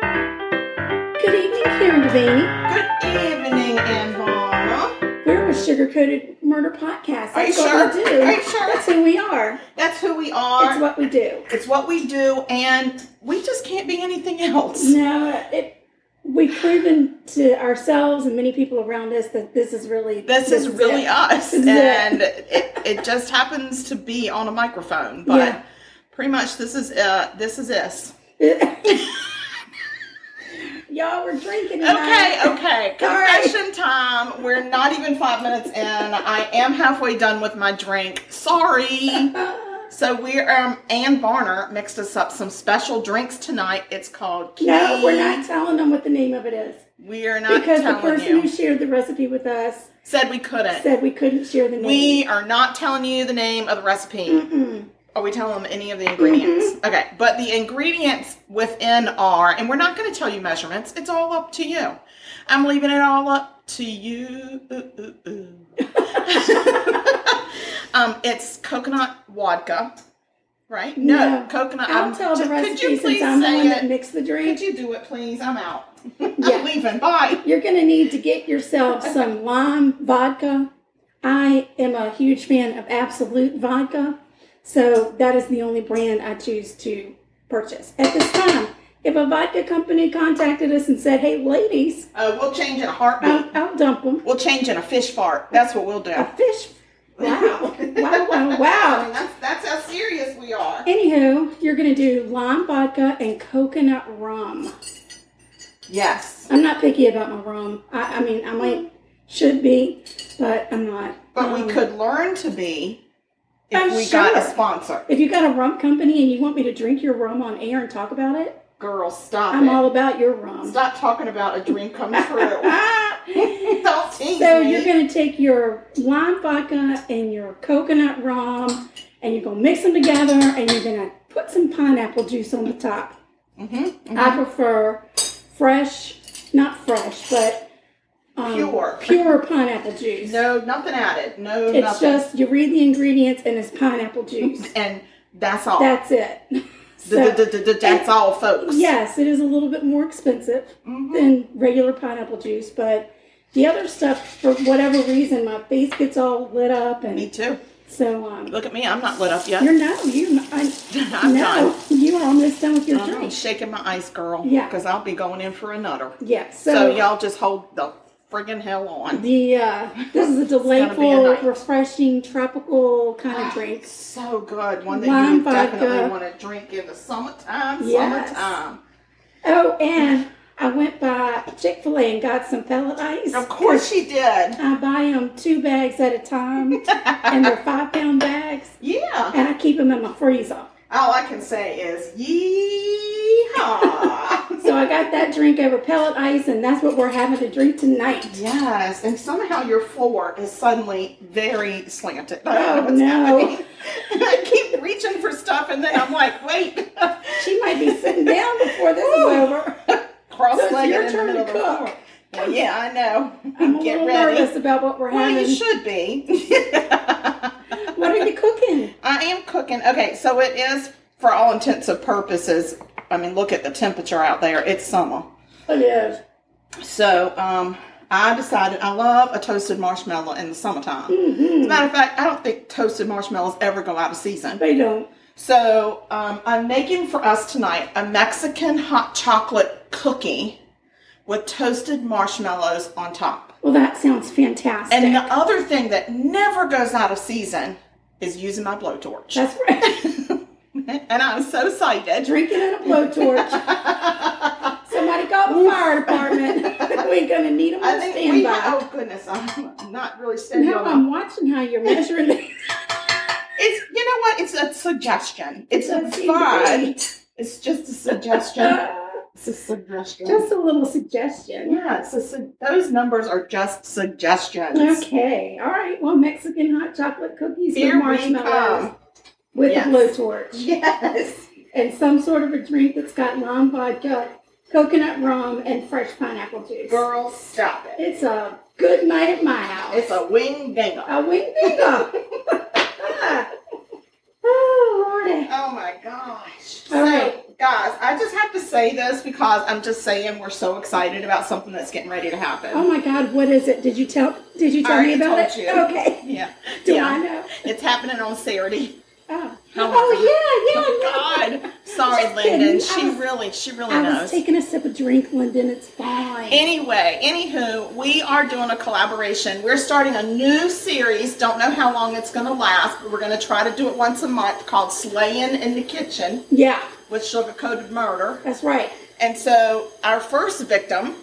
Good evening, Karen Devaney. Good evening, Anvana. We're a sugar coated murder podcast. That's Are you what sure? we do. Are you sure? That's who we are. That's who we are. It's what we do. It's what we do, and we just can't be anything else. No, it, we've proven to ourselves and many people around us that this is really This is really it. us, This is it. and it, it just happens to be on a microphone. But Yeah. pretty much, this is uh, this is us. Y'all were drinking. Okay, tonight. okay. Sorry. Confession time. We're not even five minutes in. I am halfway done with my drink. Sorry. So we're um Ann Varner mixed us up some special drinks tonight. It's called No, we're Key. not telling them what the name of it is We are not because the telling person you. who shared the recipe with us Said we couldn't. said we couldn't share the name. we are not telling you the name of the recipe. Mm-mm. Are we telling them any of the ingredients? Okay, but the ingredients within are, and we're not going to tell you measurements. It's all up to you. I'm leaving it all up to you. Ooh, ooh, ooh. um, it's coconut vodka, right? No. coconut. I'll um, tell the just- Could you recipe please since I'm the say one it? that mixed the drink. could you do it, please? I'm out. Yeah. I'm leaving. Bye. You're going to need to get yourself some lime vodka. I am a huge fan of Absolute Vodka, so that is the only brand I choose to purchase. At this time, if a vodka company contacted us and said, hey, ladies, Uh, we'll change in a heartbeat. I'll, I'll dump them, We'll change in a fish fart. That's what we'll do. a fish. Wow. wow, wow, I mean, wow. that's, that's how serious we are. Anywho, you're going to do lime vodka and coconut rum. Yes. I'm not picky about my rum. I, I mean, I might, should be, but I'm not. But Um, we could learn to be if Oh, we got a sure. sponsor. If you got a rum company and you want me to drink your rum on air and talk about it, Girl, stop I'm it. all about your rum. Stop talking about a dream come true. Ah! Don't tease so me. you're going to take your lime vodka and your coconut rum, and you're going to mix them together, and you're going to put some pineapple juice on the top. Mhm, I prefer fresh, not fresh, but um, Pure. pure pineapple juice. No, nothing added. No, it's nothing. just you read the ingredients and it's pineapple juice. and that's all. That's it. So- That's all, folks. Yes, it is a little bit more expensive Mm-hmm. than regular pineapple juice, but the other stuff, for whatever reason, my face gets all lit up, Me and too. so um, Look at me. I'm not lit up yet. you're no, you, I, I'm no, you are almost done with your done. I'm drink. shaking my ice, girl. Yeah. Because I'll be going in for another. Yeah, so, So y'all just hold the friggin' hell on. the uh, this is a delightful, night. refreshing, tropical kind of drink. So good. One that Lime you definitely vodka. want to drink in the summertime. Yes. Summertime. Oh, and I went by Chick Fil A and got some pellet ice. Of course she did. I buy them two bags at a time, and they're five pound bags. Yeah. and I keep them in my freezer. All I can say is yeehaw. So I got that drink over pellet ice, and that's what we're having to drink tonight. yes. And somehow your floor is suddenly very slanted. Oh, I don't know what's no. happening. I keep reaching for stuff and then I'm like, wait. She might be sitting down before this is over. Cross So it's legged your in the turn to middle of the cook. floor. Well, yeah, I know. I'm a Get little ready. nervous about what we're Well, having. you should be. What are you cooking? I am cooking. Okay, so it is for all intents and purposes. I mean, look at the temperature out there. It's summer. It is. So, um, I decided I love a toasted marshmallow in the summertime. As a matter of fact, I don't think toasted marshmallows ever go out of season. They don't. So, um, I'm making for us tonight a Mexican hot chocolate cookie with toasted marshmallows on top. Well, that sounds fantastic. And the other thing that never goes out of season is using my blowtorch. that's right. and I'm so excited. Drinking in a blowtorch. Somebody call the fire department. we ain't gonna need them I on think we. standby. oh goodness, I'm not really steady now on. that. I'm watching how you're measuring this. It's you know what? It's a suggestion. It's a That's fun. easy. It's just a suggestion. It's a suggestion. Uh, Just a little suggestion. yeah, it's a su- those numbers are just suggestions. Okay, all right. Well, Mexican hot chocolate cookies with Here we marshmallows come. with Yes. a blowtorch Yes. and some sort of a drink that's got lime vodka, coconut rum, and fresh pineapple juice. Girl, stop it. It's a good night at my house. It's a wing dingle. a wing dingo. oh, Lordy. Oh my gosh. All so, right. guys, I just have to say this because I'm just saying we're so excited about something that's getting ready to happen. Oh my God, what is it? Did you tell? Did you I tell me already about told it? you. Okay. yeah. Do yeah. I know? It's happening on Saturday. Oh, Oh my oh yeah, yeah. I know. Oh God. Sorry, Just kidding. Lyndon. I She was- really, she really I knows. was taking a sip of drink, Lyndon. It's fine. Anyway, anywho, we are doing a collaboration. We're starting a new series. Don't know how long it's going to last, but we're going to try to do it once a month called Slaying in the Kitchen yeah, with Sugar Coated Murder. that's right. And so our first victim,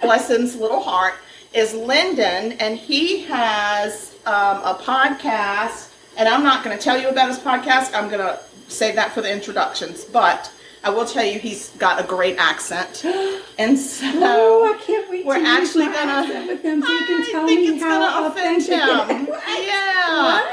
Blessings Little Heart, is Lyndon, and he has um, a podcast. And I'm not going to tell you about his podcast. I'm going to save that for the introductions. But I will tell you, he's got a great accent. And so Oh, I can't wait we're to use actually my gonna- accent with them so you can tell I think me it's how gonna offend authentic him. it is. yeah.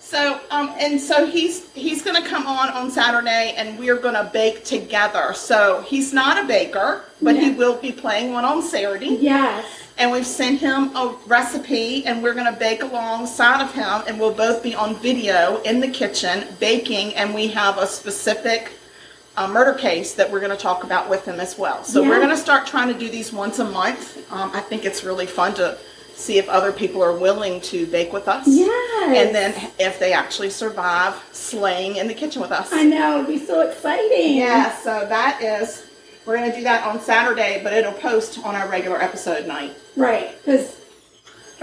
So um and so he's he's gonna come on on Saturday and we're gonna bake together. So he's not a baker, but he No. will be playing one on Saturday. Yes. And we've sent him a recipe and we're gonna bake alongside of him and we'll both be on video in the kitchen baking and we have a specific uh, murder case that we're going to talk about with him as well. So we're Yeah. going to start trying to do these once a month. Um, I think it's really fun to see if other people are willing to bake with us. Yes. And then if they actually survive slaying in the kitchen with us. I know it'd be so exciting. Yeah, so that is, we're going to do that on Saturday, but it'll post on our regular episode night. Right, because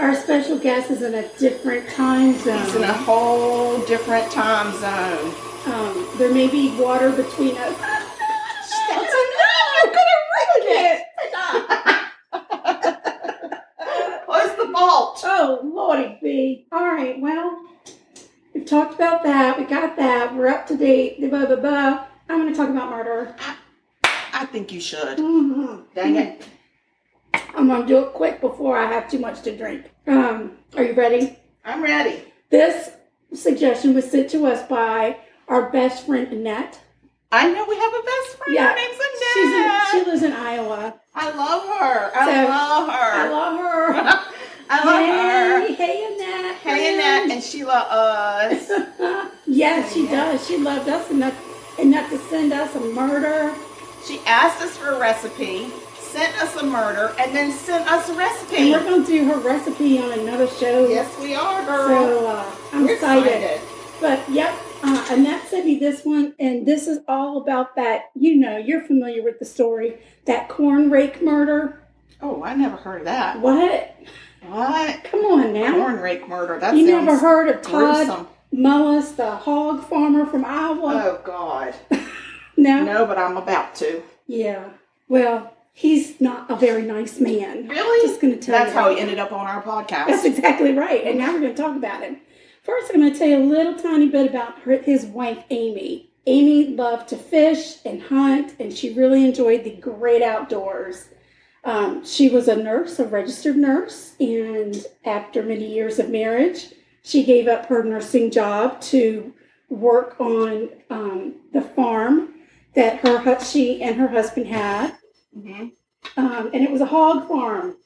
our special guest is in a different time zone. It's in a whole different time zone. Um, there may be water between us. That's enough! You're going to ruin it! Close the vault. Oh, Lordy B. All right, well, we've talked about that. We got that. We're up to date. The blah, blah, blah. I'm going to talk about murder. I think you should. Mhm. Mm-hmm. Dang it. I'm going to do it quick before I have too much to drink. Um, are you ready? I'm ready. This suggestion was sent to us by our best friend, Annette. I know we have a best friend. Yeah. Her name's Annette. She's in, she lives in Iowa. I love her. I So, love her. I love her. I love her. Hey, hey, Annette. Hey, Annette, and she loves us. yeah, she does. She loved us enough enough to send us a murder. she asked us for a recipe, sent us a murder, and then sent us a And recipe. we're gonna do her recipe on another show. Yes, we are, girl. So uh, I'm We're excited. But yep, uh, Annette sent me this one, and this is all about that. You know, you're familiar with the story that corn rake murder. Oh, I never heard of that. What? What? Come on now. Corn rake murder. That you sounds never heard of Todd gruesome. Mullis, the hog farmer from Iowa? Oh, God. no. No, but I'm about to. Yeah. Well, he's not a very nice man. Really? Just gonna tell That's you how that. he ended up on our That's podcast. exactly right. And now we're going to talk about him. First, I'm going to tell you a little tiny bit about her, his wife, Amy. Amy loved to fish and hunt, and she really enjoyed the great outdoors. Um, she was a nurse, a registered nurse, and after many years of marriage, she gave up her nursing job to work on um, the farm that her hu- she and her husband had hmm um, and it was a hog farm.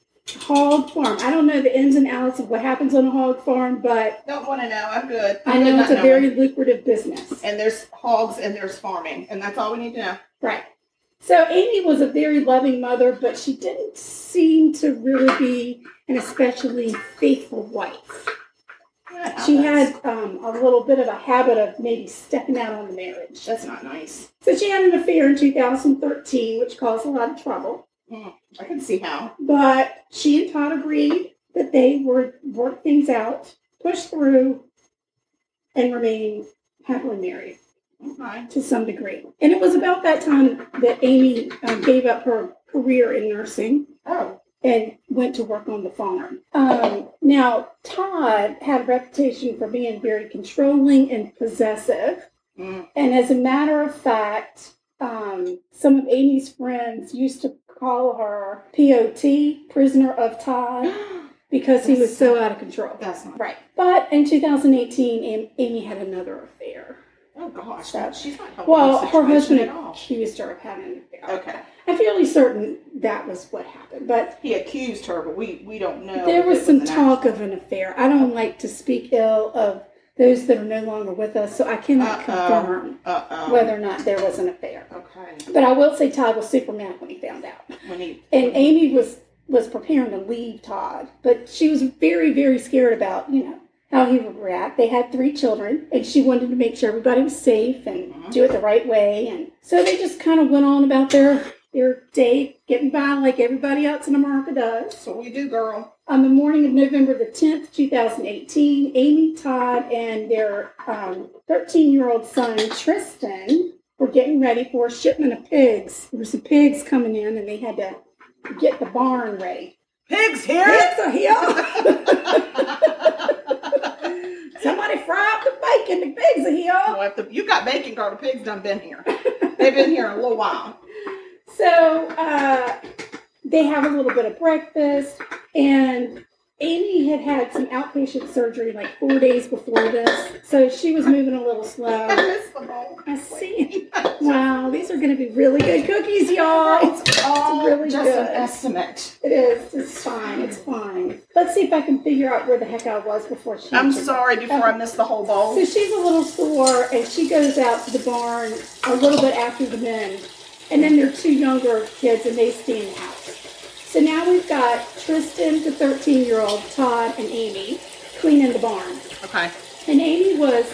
Hog farm. I don't know the ins and outs of what happens on a hog farm, but Don't want to know. I'm good. I did know not it's a very lucrative business. and there's hogs and there's farming, and that's all we need to know. Right. So Amy was a very loving mother, but she didn't seem to really be an especially faithful wife. She That's- had um, a little bit of a habit of maybe stepping out on the marriage. That's not nice. So she had an affair in 2013, which caused a lot of trouble. Mm, I can see how. But she and Todd agreed that they would work things out, push through, and remain happily married Okay. to some degree. And it was about that time that Amy um, gave up her career in nursing Oh. and went to work on the farm. Um, now, Todd had a reputation for being very controlling and possessive. Mm. And as a matter of fact, um, some of Amy's friends used to call her POT, prisoner of Todd, because he was so out of control. That's not Right. But in 2018, Am- Amy had another affair. Oh gosh, So- she's not helping Well, the her husband situation at all. accused her of having an affair. Okay, I'm fairly certain that was what happened, but he accused her, but we we don't know. there if it was some an talk actual- of an affair. I don't like to speak ill of those that are no longer with us, so I cannot Uh-oh. confirm Uh-oh. whether or not there was an affair. Okay, But I will say Todd was super mad when he found out. we need. And Amy was was preparing to leave Todd, but she was very very scared about you know how he would react. They had three children, and she wanted to make sure everybody was safe and do it the right way. And so they just kind of went on about their their day, getting by like everybody else in America does. So we do, girl. On the morning of November the 10th, 2018, Amy Todd and their 13 year old son, Tristan, were getting ready for a shipment of pigs. There were some pigs coming in and they had to get the barn ready. Pigs here. Pigs are here! Somebody fry up the bacon, the pigs are here! Well, if the, you got bacon, girl, the pigs done been here. They've been here a little while. So uh, they have a little bit of breakfast, and Amy had had some outpatient surgery like four days before this, so she was moving a little I slow. miss them all. I see. Wow, these are going to be really good cookies, y'all. It's all really just good. an estimate. It is. It's fine. It's fine. Let's see if I can figure out where the heck I was before she. I'm sorry before I miss the whole bowl. So she's a little sore, and she goes out to the barn a little bit after the men, and then there are two younger kids, and they stay in the house. So now we've got Tristan, the 13-year-old, Todd, and Amy cleaning the barn. Okay. And Amy was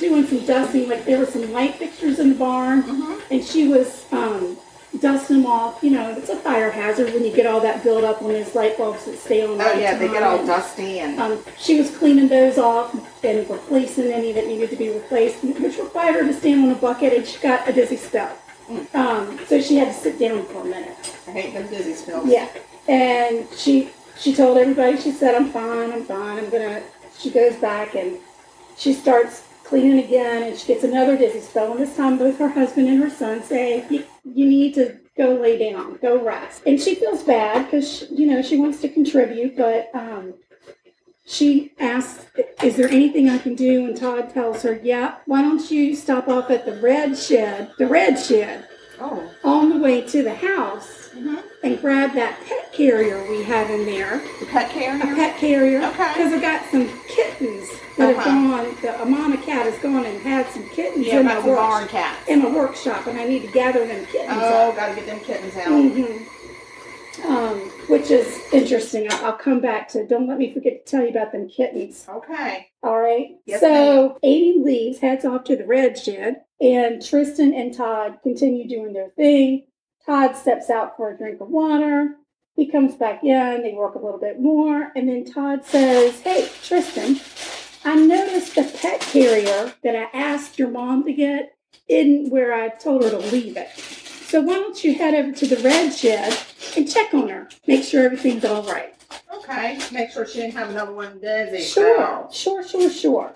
doing some dusting, like there were some light fixtures in the barn, Mm-hmm. and she was um, dusting them off. You know, it's a fire hazard when you get all that buildup on those light bulbs that stay on. Oh yeah, they get all dusty. dusty and Um, she was cleaning those off and replacing any that needed to be replaced, which required her to stand on a bucket, and she got a dizzy spell. Mm. Um, so she had to sit down for a minute. I hate them dizzy smells. Yeah, and she she told everybody. She said, "I'm fine. I'm fine. I'm gonna." She goes back and she starts cleaning again, and she gets another dizzy spell. And this time, both her husband and her son say, "You, you need to go lay down, go rest." And she feels bad because you know she wants to contribute, but um, she asks, Is there anything I can do? And Todd tells her, Yeah, why don't you stop off at the red shed, the red shed, Oh. mm-hmm. on the way to the house and grab that pet carrier we have in there, The pet carrier. a pet carrier, Okay. because I've got some kittens that Uh-huh. have gone, the Amana cat has gone and had some kittens Yeah, in, that's my a barn work, cat. in my workshop, and I need to gather them kittens Mm-hmm. up. Oh, gotta get them kittens out. Um, which is interesting. I'll, I'll come back to. Don't let me forget to tell you about them kittens. Okay. All right. Yes, so Amy leaves, heads off to the red shed, and Tristan and Todd continue doing their thing. Todd steps out for a drink of water. He comes back in, they work a little bit more, and then Todd says, Hey, Tristan, I noticed the pet carrier that I asked your mom to get isn't where I told her to leave it. So why don't you head over to the red shed and check on her? Make sure everything's all right. Okay. Make sure she didn't have another one dizzy. Sure, sure, sure, sure.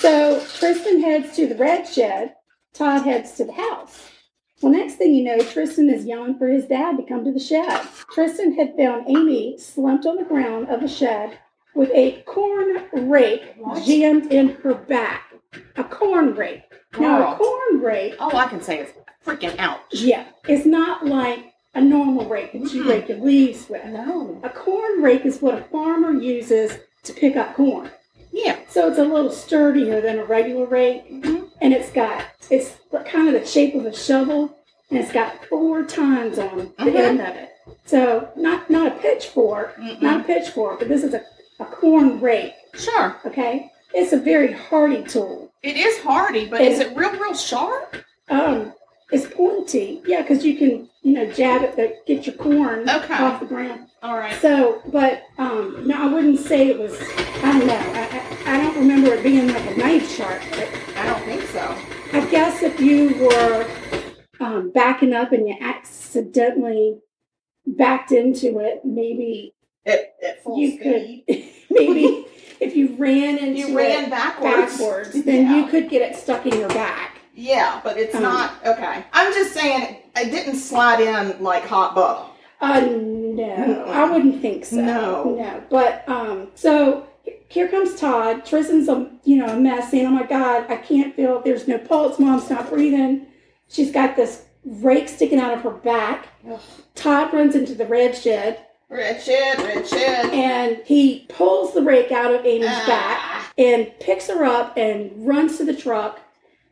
So Tristan heads to the red shed. Todd heads to the house. Well, next thing you know, Tristan is yelling for his dad to come to the shed. Tristan had found Amy slumped on the ground of the shed with a corn rake What? jammed in her back. A corn rake. Now, Wow. a corn rake, All I can say is freaking out. yeah, it's not like a normal rake that you Mhm. rake your leaves with. No. A corn rake is what a farmer uses to pick up corn. Yeah. So it's a little sturdier than a regular rake, Mhm. and it's got it's kind of the shape of a shovel, and it's got four tines on the Mhm. end of it. So not not a pitchfork, not a pitchfork, but this is a, a corn rake. Sure. Okay, it's a very hardy tool. It is hardy, but is it real, real sharp? Um, it's pointy, yeah, because you can you know jab it to get your corn Okay. off the ground. All right. So, but um, no, I wouldn't say it was. I don't know. I, I, I don't remember it being like a knife sharp, but I don't think so. I guess if you were um, backing up and you accidentally backed into it, maybe It, at full you speed. could, maybe if you ran into You ran it backwards. backwards, then Yeah. you could get it stuck in your back. Yeah, but it's Um, not okay. I'm just saying it didn't slide in like hot butter. Uh, no, I wouldn't think so. No. no. But um, so here comes Todd. Tristan's a you know a mess, saying, "Oh my God, I can't feel. There's no pulse. Mom's not breathing. She's got this rake sticking out of her back." Ugh. Todd runs into the red shed Richard, Richard. and he pulls the rake out of Amy's back Ah. and picks her up and runs to the truck.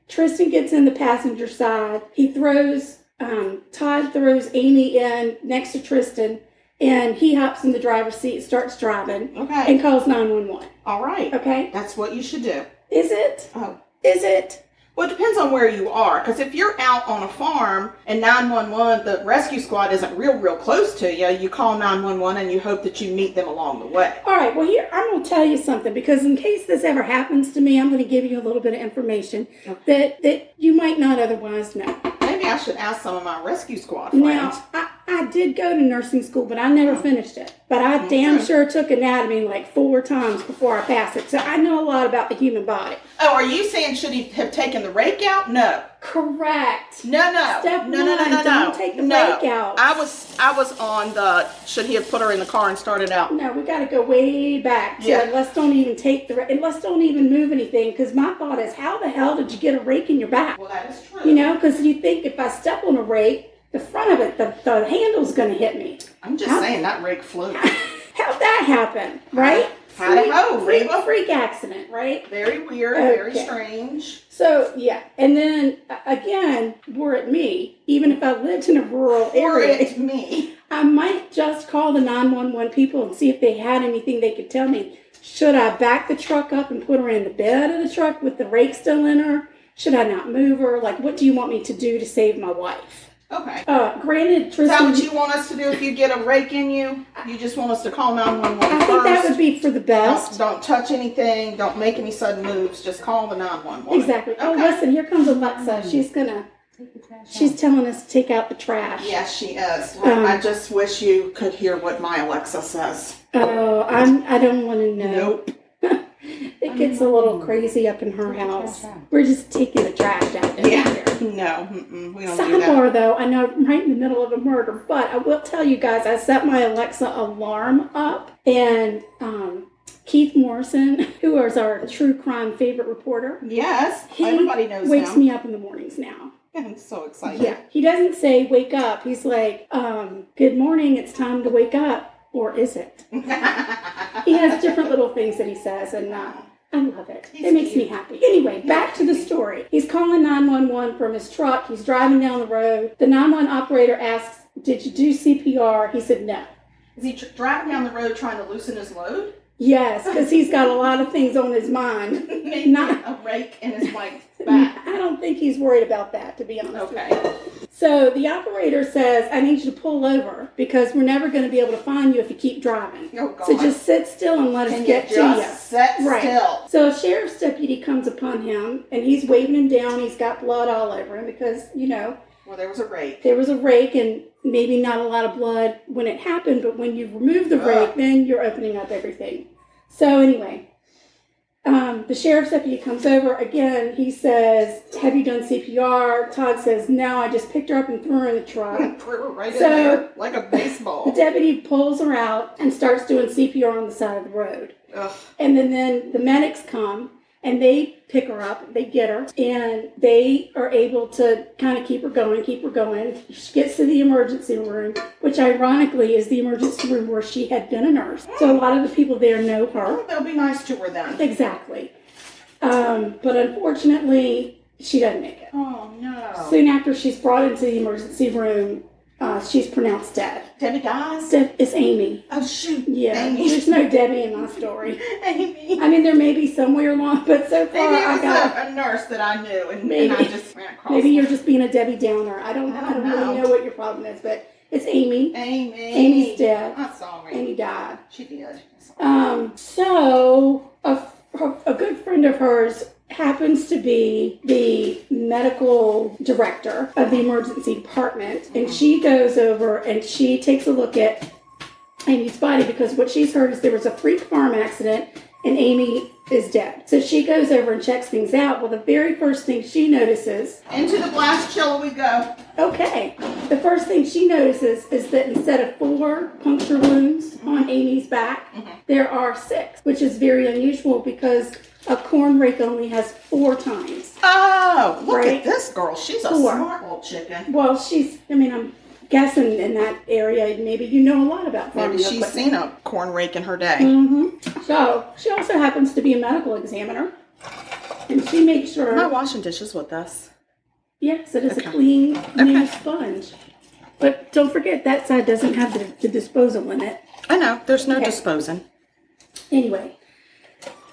Tristan gets in the passenger side. He throws, um, Todd throws Amy in next to Tristan and he hops in the driver's seat, starts driving, Okay. and calls 911. All right. Okay? That's what you should do. Is it? Oh. Is it? Well, it depends on where you are. Because if you're out on a farm and 911, the rescue squad isn't real, real close to you, you call 911 and you hope that you meet them along the way. All right, well, here, I'm going to tell you something because in case this ever happens to me, I'm going to give you a little bit of information that, that you might not otherwise know. Maybe I should ask some of my rescue squad friends. Now, I, I did go to nursing school, but I Oh. never finished it. But I damn sure took anatomy like four times before I passed it. So I know a lot about the human body. Oh, are you saying should he have taken the rake out? No. Correct. No, no, Step no, no, no, one, no, no. don't take the no. rake out. I was, I was on the. Should he have put her in the car and started out? No, we got to go way back to Yeah. let's don't even take the, and let's don't even move anything. Because my thought is, how the hell did you get a rake in your back? Well, that is true. You know, because you think if I step on a rake, the front of it, the, the handle's going to hit me. I'm just How- saying that rake flew. How'd that happen, right? How'd it Freak- go, freak, Reba? freak accident, right? Very weird. Very Okay. strange. So yeah, and then a- again, were it me, even if I lived in a rural Or area, it's me. I might just call the nine one one people and see if they had anything they could tell me. Should I back the truck up and put her in the bed of the truck with the rake still in her? Should I not move her? Like, what do you want me to do to save my wife? Okay. Uh, granted, Is that Tristan, what you want us to do if you get a rake in you? You just want us to call I 911 think that would first? be for the Don't, best. don't touch anything. Don't make any sudden moves. Just call the 911. Exactly. Oh, Okay. listen, here comes Alexa. She's gonna. She's telling us to take out the trash. Yes, she is. Um, I just wish you could hear what my Alexa says. Oh, I'm. I don't want to know. Nope. It gets a little crazy up in her house. We're just taking the trash out. Yeah. Here. No, mm-mm, we don't do that. Sidebar though, I know I'm right in the middle of a murder, but I will tell you guys, I set my Alexa alarm up, and um, Keith Morrison, who is our true crime favorite reporter, Yes, he everybody knows wakes him. me up in the mornings now. I'm so excited. Yeah, he doesn't say wake up. He's like, um, "Good morning, it's time to wake up," or is it? he has different little things that he says, and uh, I love it. He's it makes me cute. happy. Anyway, back to the story. He's calling 911 from his truck. He's driving down the road. The 911 operator asks, Did you do CPR? He said, No. Is he tr- driving down the road trying to loosen his load? Yes, because he's got a lot of things on his mind. Maybe Not- a rake in his like back. I don't think he's worried about that, to be honest. with Okay. Oh, you. So the operator says, I need you to pull over because we're never going to be able to find you if you keep driving. Oh, God. So just sit still and let us Can you get just to you. set Right. still? So a sheriff's deputy comes upon him and he's waving him down. He's got blood all over him because, you know, Well, there was a rake. there was a rake and maybe not a lot of blood when it happened, but when you remove the Ugh. rake, then you're opening up everything. So anyway, um, the sheriff's deputy comes over again. He says, "Have you done CPR?" Todd says, "No, I just picked her up and threw her in the truck." Threw her right So- in there like a The baseball. deputy pulls her out and starts doing CPR on the side of the road. Ugh. And then, then the medics come and they pick her up, they get her, and they are able to kind of keep her going, keep her going. She gets to the emergency room, which ironically is the emergency room where she had been a nurse. So a lot of the people there know her. Well, they'll be nice to her then. Exactly. Um, but unfortunately, she doesn't make it. Oh no. Soon after she's brought into the emergency room, uh, she's pronounced dead. Debbie dies. Dead is Amy. Oh shoot. Yeah, Amy. there's no Debbie in my story. Amy. I mean, there may be somewhere along, but so far Maybe it I was got a, a nurse that I knew, and, and I Maybe. just ran across. Maybe her. you're just being a Debbie Downer. I don't, I I don't don't really know. know what your problem is, but it's Amy. Amy. Amy's dead. I'm sorry. Amy died. She did. Um, so a, a good friend of hers happens to be the medical director of the emergency department, and she goes over and she takes a look at Amy's body because what she's heard is there was a freak farm accident and Amy is dead. So she goes over and checks things out. Well, the very first thing she notices, Into the blast chiller we go. okay, the first thing she notices is that instead of four puncture wounds Mm-hmm. on Amy's back, there are six, which is very unusual because a corn rake only has four times. Oh, look Right. at this girl. She's a Four. smart old chicken. Well, she's, I mean, I'm guessing in that area, maybe you know a lot about farming. Maybe she's seen a corn rake in her day. Mm-hmm. So she also happens to be a medical examiner, and she makes sure. Am I washing dishes with us? Yes, it is Oh. Okay. a clean new Okay. sponge. But don't forget that side doesn't have the, the disposal in it. I know. There's no Okay. disposing. Anyway,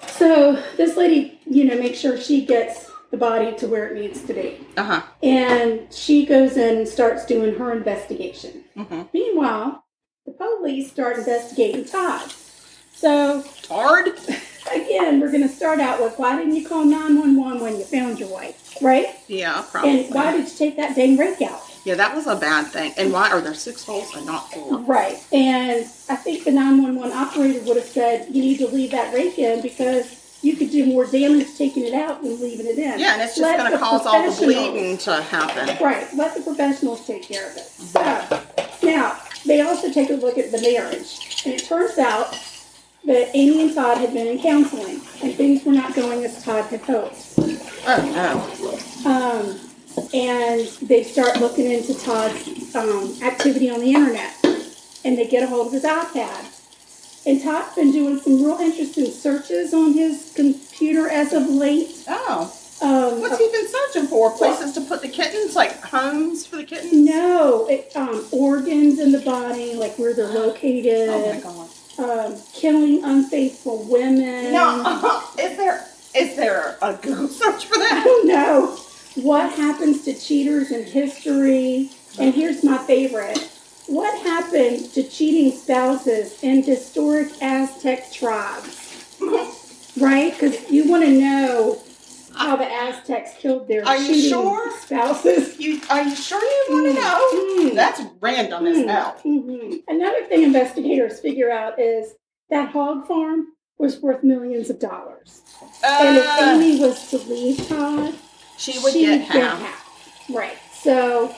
so this lady, you know, makes sure she gets the body to where it needs to be. Uh huh. And she goes in and starts doing her investigation. Mhm. Meanwhile, the police start investigating Todd. So Hard. again, we're going to start out with why didn't you call 911 when you found your wife, right? Yeah, probably. And why did you take that dang rake out? yeah, that was a bad thing. And why are there six holes and not four? Right. And I think the 911 operator would have said, you need to leave that rake in because you could do more damage taking it out than leaving it in. Yeah, and it's Let just going to the cause all the professionals- bleeding to happen. Right. Let the professionals take care of it. So now they also take a look at the marriage. And it turns out that Amy and Todd had been in counseling and things were not going as Todd had hoped. Oh, no. Um, and they start looking into Todd's um, activity on the internet, and they get a hold of his iPad. And Todd's been doing some real interesting searches on his computer as of late. Oh. Um, What's he been searching for? Places to put the kittens? Like homes for the kittens? no, it, um, organs in the body, like where they're located, Oh, my God. um, killing unfaithful women. Now, is there is there a Google search for I that? don't know what happens to cheaters in history. And here's my favorite. What happened to cheating spouses in historic Aztec tribes? Right? Because you want to know how the Aztecs killed their Are you cheating sure? spouses. You are you sure you want to know? Mm. That's random as hell. Mm-hmm. Mhm. Another thing investigators figure out is that hog farm was worth millions of dollars. and if Uh, Amy was to leave Todd, she would get half. Right. So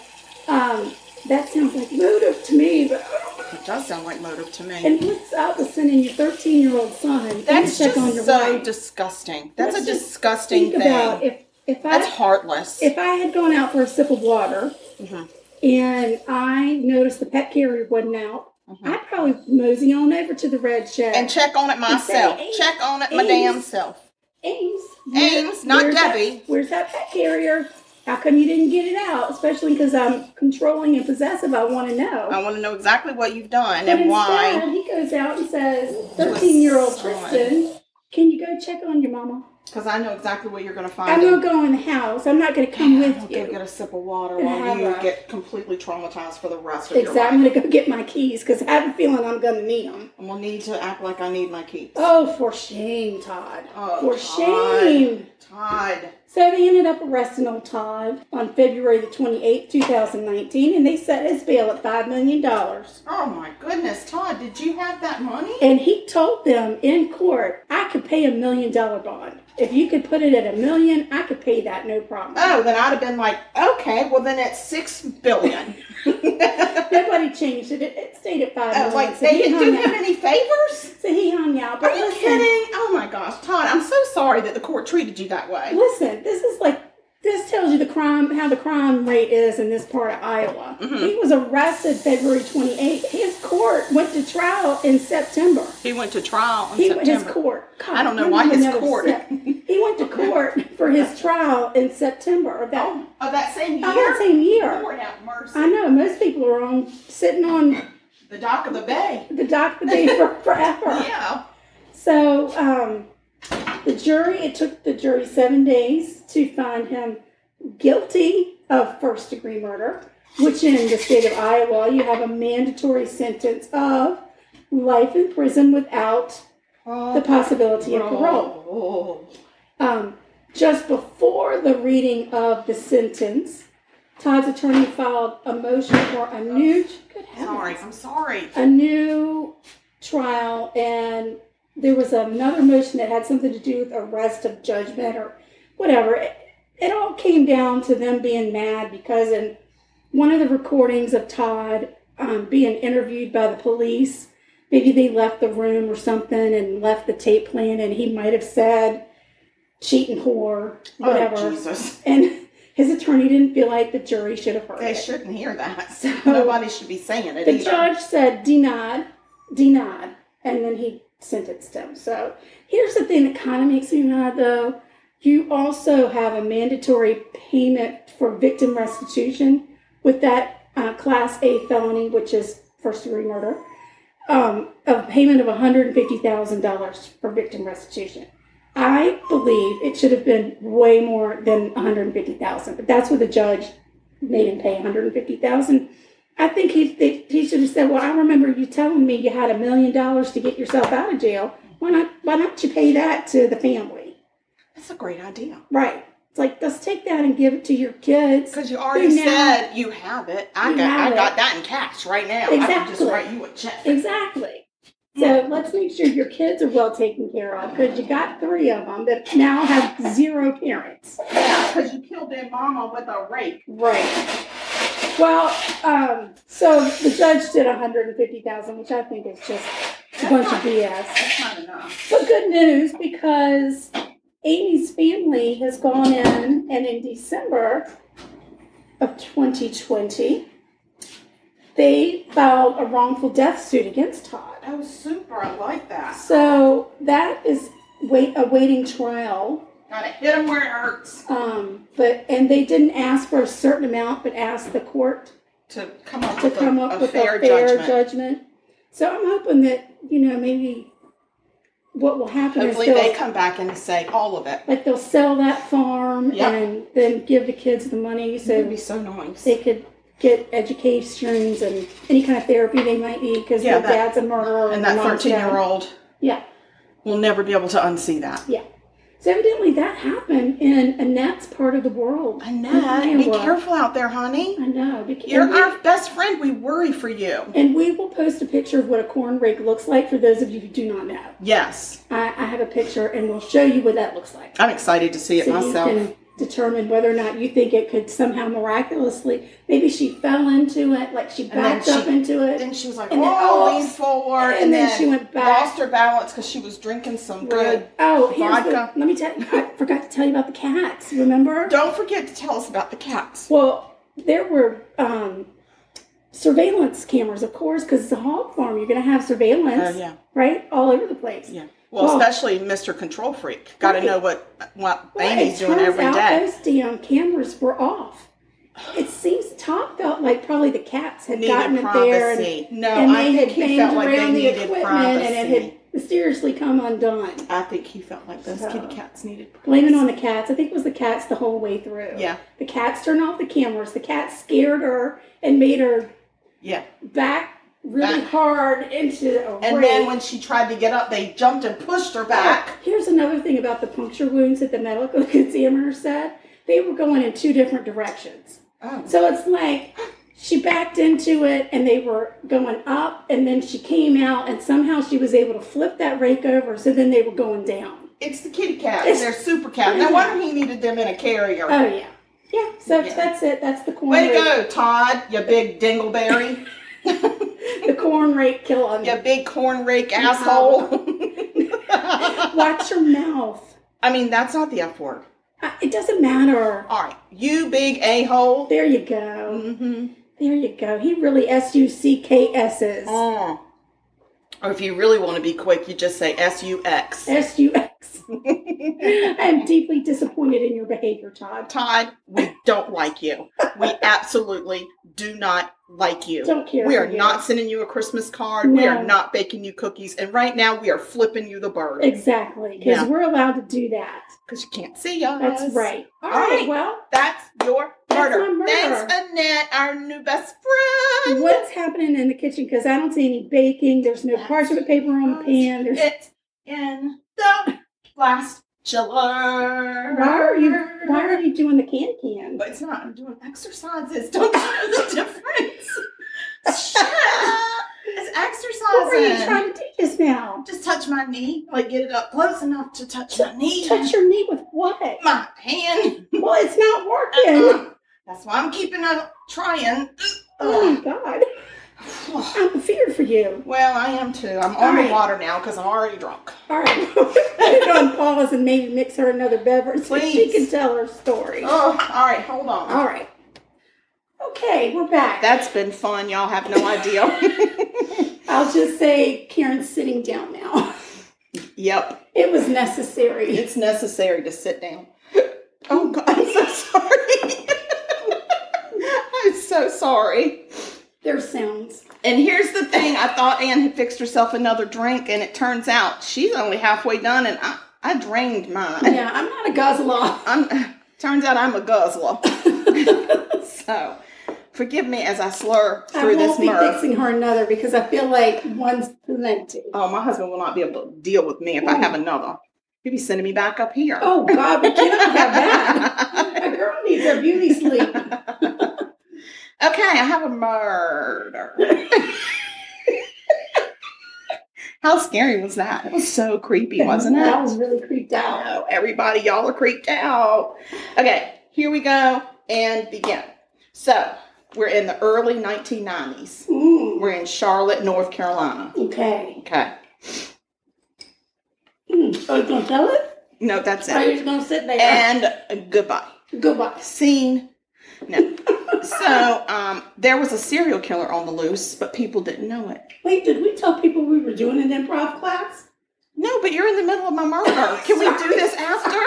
um, that sounds like motive to me, but It does sound like motive to me. and what's up with sending your 13 year old son and That's check just on your so wife? disgusting. That's Let's a just disgusting Think thing. about if if I That's heartless. if I had gone out for a sip of water Mhm. and I noticed the pet carrier wasn't out, I'd probably mosey on over to the red shed. Mm-hmm. and check on it myself. Ames- check on it my damn Ames- self. Ames, Ames, not where's that- Debbie. where's that pet carrier? How come you didn't get it out? Especially because I'm controlling and possessive. I want to know. I want to know exactly what you've done But and why. instead, he goes out and says, 13 year old Son. Tristan, can you go check on your mama? Because I know exactly where you're going to find I'm him. going to go in the house. I'm not going to come I'll with go get you. a sip of water And while have you a- get completely traumatized for the rest of Exactly. your I'm going life. to go get my keys because I have a feeling I'm going to need them. I'm gonna need to act like I need my keys. Oh, for shame, Todd. Oh, for Todd. shame. Todd. So they ended up arresting old Todd on February the 28th, 2019, and they set his bail at $5 million. Oh my goodness, Todd, did you have that money? And he told them in court, I could pay a million dollar bond. If you could put it at a million, I could pay that no problem. Oh, then I'd have been like, okay, well then it's six billion. Nobody changed it. It, it stayed at five. I million. was Oh, like, they he didn't do hung him out. any favors? So he hung out. But Are you listen, kidding? Oh my gosh, Todd, I'm so sorry that the court treated you that way. listen, this is like this tells you the crime how the crime rate is in this part of Iowa. Mm-hmm. He was arrested February 28th. His court went to trial in September. He went to trial in He went his court. God, I don't know I'm why gonna his never court. sip. he went to court for his trial in September of that Oh, of that same year. of that same year. Lord have mercy. I know most people are on sitting on the dock of the bay. the dock the day for forever. Yeah. So um, the jury, it took the jury seven days to find him guilty of first degree murder, which in the state of Iowa, you have a mandatory sentence of life in prison without the possibility of parole. Oh. Um, just before the reading of the sentence, Todd's attorney filed a motion for a new. Good heavens Sorry, I'm sorry. a new trial and there was another motion that had something to do with arrest of judgment or whatever. It, it all came down to them being mad because in one of the recordings of Todd um, being interviewed by the police, maybe they left the room or something and left the tape playing, and he might have said cheating whore, whatever. Oh, Jesus. and his attorney didn't feel like the jury should have heard They it. shouldn't hear that. So- Nobody should be saying it The either. judge said denied, denied, and then he sentenced him. So here's the thing that kind of makes me mad though. You also have a mandatory payment for victim restitution with that uh, class A felony, which is first degree murder, um, a payment of $150,000 for victim restitution. I believe it should have been way more than 150,000, but that's what the judge made him pay 150,000. I think he they, he should have said, "Well, I remember you telling me you had a million dollars to get yourself out of jail. Why not? Why not you pay that to the family?" That's a great idea. Right? It's like let's take that and give it to your kids. Because you already They know. said you have it. I You got have I got it. that in cash right now. I can just Exactly. write you a check. Exactly. So let's make sure your kids are well taken care of because you got three of them that now have zero parents. Because you killed their mama with a rake. Right. Well, um, so the judge did one hundred and fifty thousand, which I think is just a bunch of BS. That's not enough. But good news because Amy's family has gone in, and in December of 2020, they filed a wrongful death suit against Todd. That was super. I like that. So that is wait, awaiting trial. Gotta hit them where it hurts. Um, but and they didn't ask for a certain amount, but asked the court To come up to with, come a, up a with fair a fair judgment. judgment. So I'm hoping that you know maybe what will happen Hopefully is they they'll- come back and say all of it. like they'll sell that farm Yeah. and then give the kids the money It would so be so nice. they could get educations and any kind of therapy they might need because Yeah, their that- dad's a murderer And that their mom's 13 year dead. old Yeah, will never be able to unsee that. yeah. So evidently that happened in Annette's part of the world. in Annette, be Iowa. careful out there, honey. I know. Be ca- You're and, we, our best friend. We worry for you. and we will post a picture of what a corn rake looks like for those of you who do not know. Yes. I, I have a picture and we'll show you what that looks like. I'm excited to see it so myself. you can determine whether or not you think it could somehow miraculously maybe she fell into it like she then backed up she- into it Then she was like, And then, oh, oh, lean forward. and then she went back. Lost her balance because she was drinking some good. Right. oh here's vodka. The, let me tell you i forgot to tell you about the cats remember Don't forget to tell us about the cats. well there were um, surveillance cameras of course because it's a hog farm you're going to have surveillance Oh, yeah. right all over the place Yeah. Well, Well- especially Mr. Control Freak. Got to Right. know what what Well, Amy's it doing turns every out day. those damn cameras were off it seems Todd felt like probably the cats had gotten Needed it there and privacy. No, and I they think had he felt banged like they around the needed equipment privacy. and it had mysteriously come undone. I think he felt like those So- kitty cats needed privacy. Blame it on the cats. I think it was the cats the whole way through. Yeah. The cats turned off the cameras. The cats scared her and made her Yeah. back really Back. hard into a And rake. then when she tried to get up, they jumped and pushed her back. Oh, Here's another thing about the puncture wounds that the medical examiner said. They were going in two different directions. Oh. So it's like she backed into it and they were going up and then she came out and somehow she was able to flip that rake over so then they were going down. It's the kitty cats. It's- They're super cats. Yeah. No wonder he needed them in a carrier. Oh yeah. Yeah, so Yeah. that's it. That's the corn Way to rake. go, Todd, you big dingleberry. The corn rake killer. you big corn rake asshole. Watch your mouth. I mean, that's not the F word. I, it doesn't matter. All right. You big a hole. There you go. Mm-hmm. There you go. He really S U C K S is. Or if you really want to be quick, you just say S U X. S U X. I am deeply disappointed in your behavior, Todd. Todd, we don't like you. We absolutely do not like you. Don't care We are for you. not sending you a Christmas card. We are No. not baking you cookies. And right now, we are flipping you the bird Exactly, because Yeah. we're allowed to do that. because you can't see us. That's right. All All right. right. Well, That's your That's murder. my murder. Thanks, Annette, our new best friend. what's happening in the kitchen? Because I don't see any baking. There's no parchment paper Oh, on the pan. There's It's in the blast chiller. why are you why are you doing the can can? But it's not. I'm doing exercises. Don't you know the difference? Shut up. It's What were you exercising. trying to do just now? Just touch my knee, like get it up close enough to touch my knee. Touch your knee with what? my hand. Well, it's not working. Uh-uh. That's why I'm keeping on trying. Oh my god. I'm feared for you. Well, I am too. I'm All on right. the water now because I'm already drunk. All right. Put it on pause and maybe mix her another beverage so she Please. can tell her story. Oh, all right, hold on. All right. Okay, we're back. That's been fun. Y'all have no idea. I'll just say Karen's sitting down now. yep, It was necessary. it's necessary to sit down. Oh God, I'm so sorry. I'm so sorry. Their sounds. And here's the thing: I thought Anne had fixed herself another drink, and it turns out she's only halfway done, and I, I drained mine. Yeah, I'm not a guzzler. I'm. Turns out I'm a guzzler. so, forgive me as I slur I through this won't be myrrh. fixing her another because I feel like one's plenty. oh, my husband will not be able to deal with me if I have another. He'll be sending me back up here. Oh God, we cannot have that. A girl needs her beauty sleep. Okay, I have a murder. How scary was that? It was so creepy, wasn't I it? was really creeped out. Oh, everybody, y'all are creeped out. Okay, here we go and begin. So, we're in the early 1990s. Mm, We're in Charlotte, North Carolina. okay. Okay. Mm, are you gonna tell it? No, that's Or are you it. just gonna sit there? And goodbye. Goodbye. Scene. No. so, um, there was a serial killer on the loose, but people didn't know it. Wait, did we tell people we were doing an improv class? No, but you're in the middle of my murder. Can we do this after?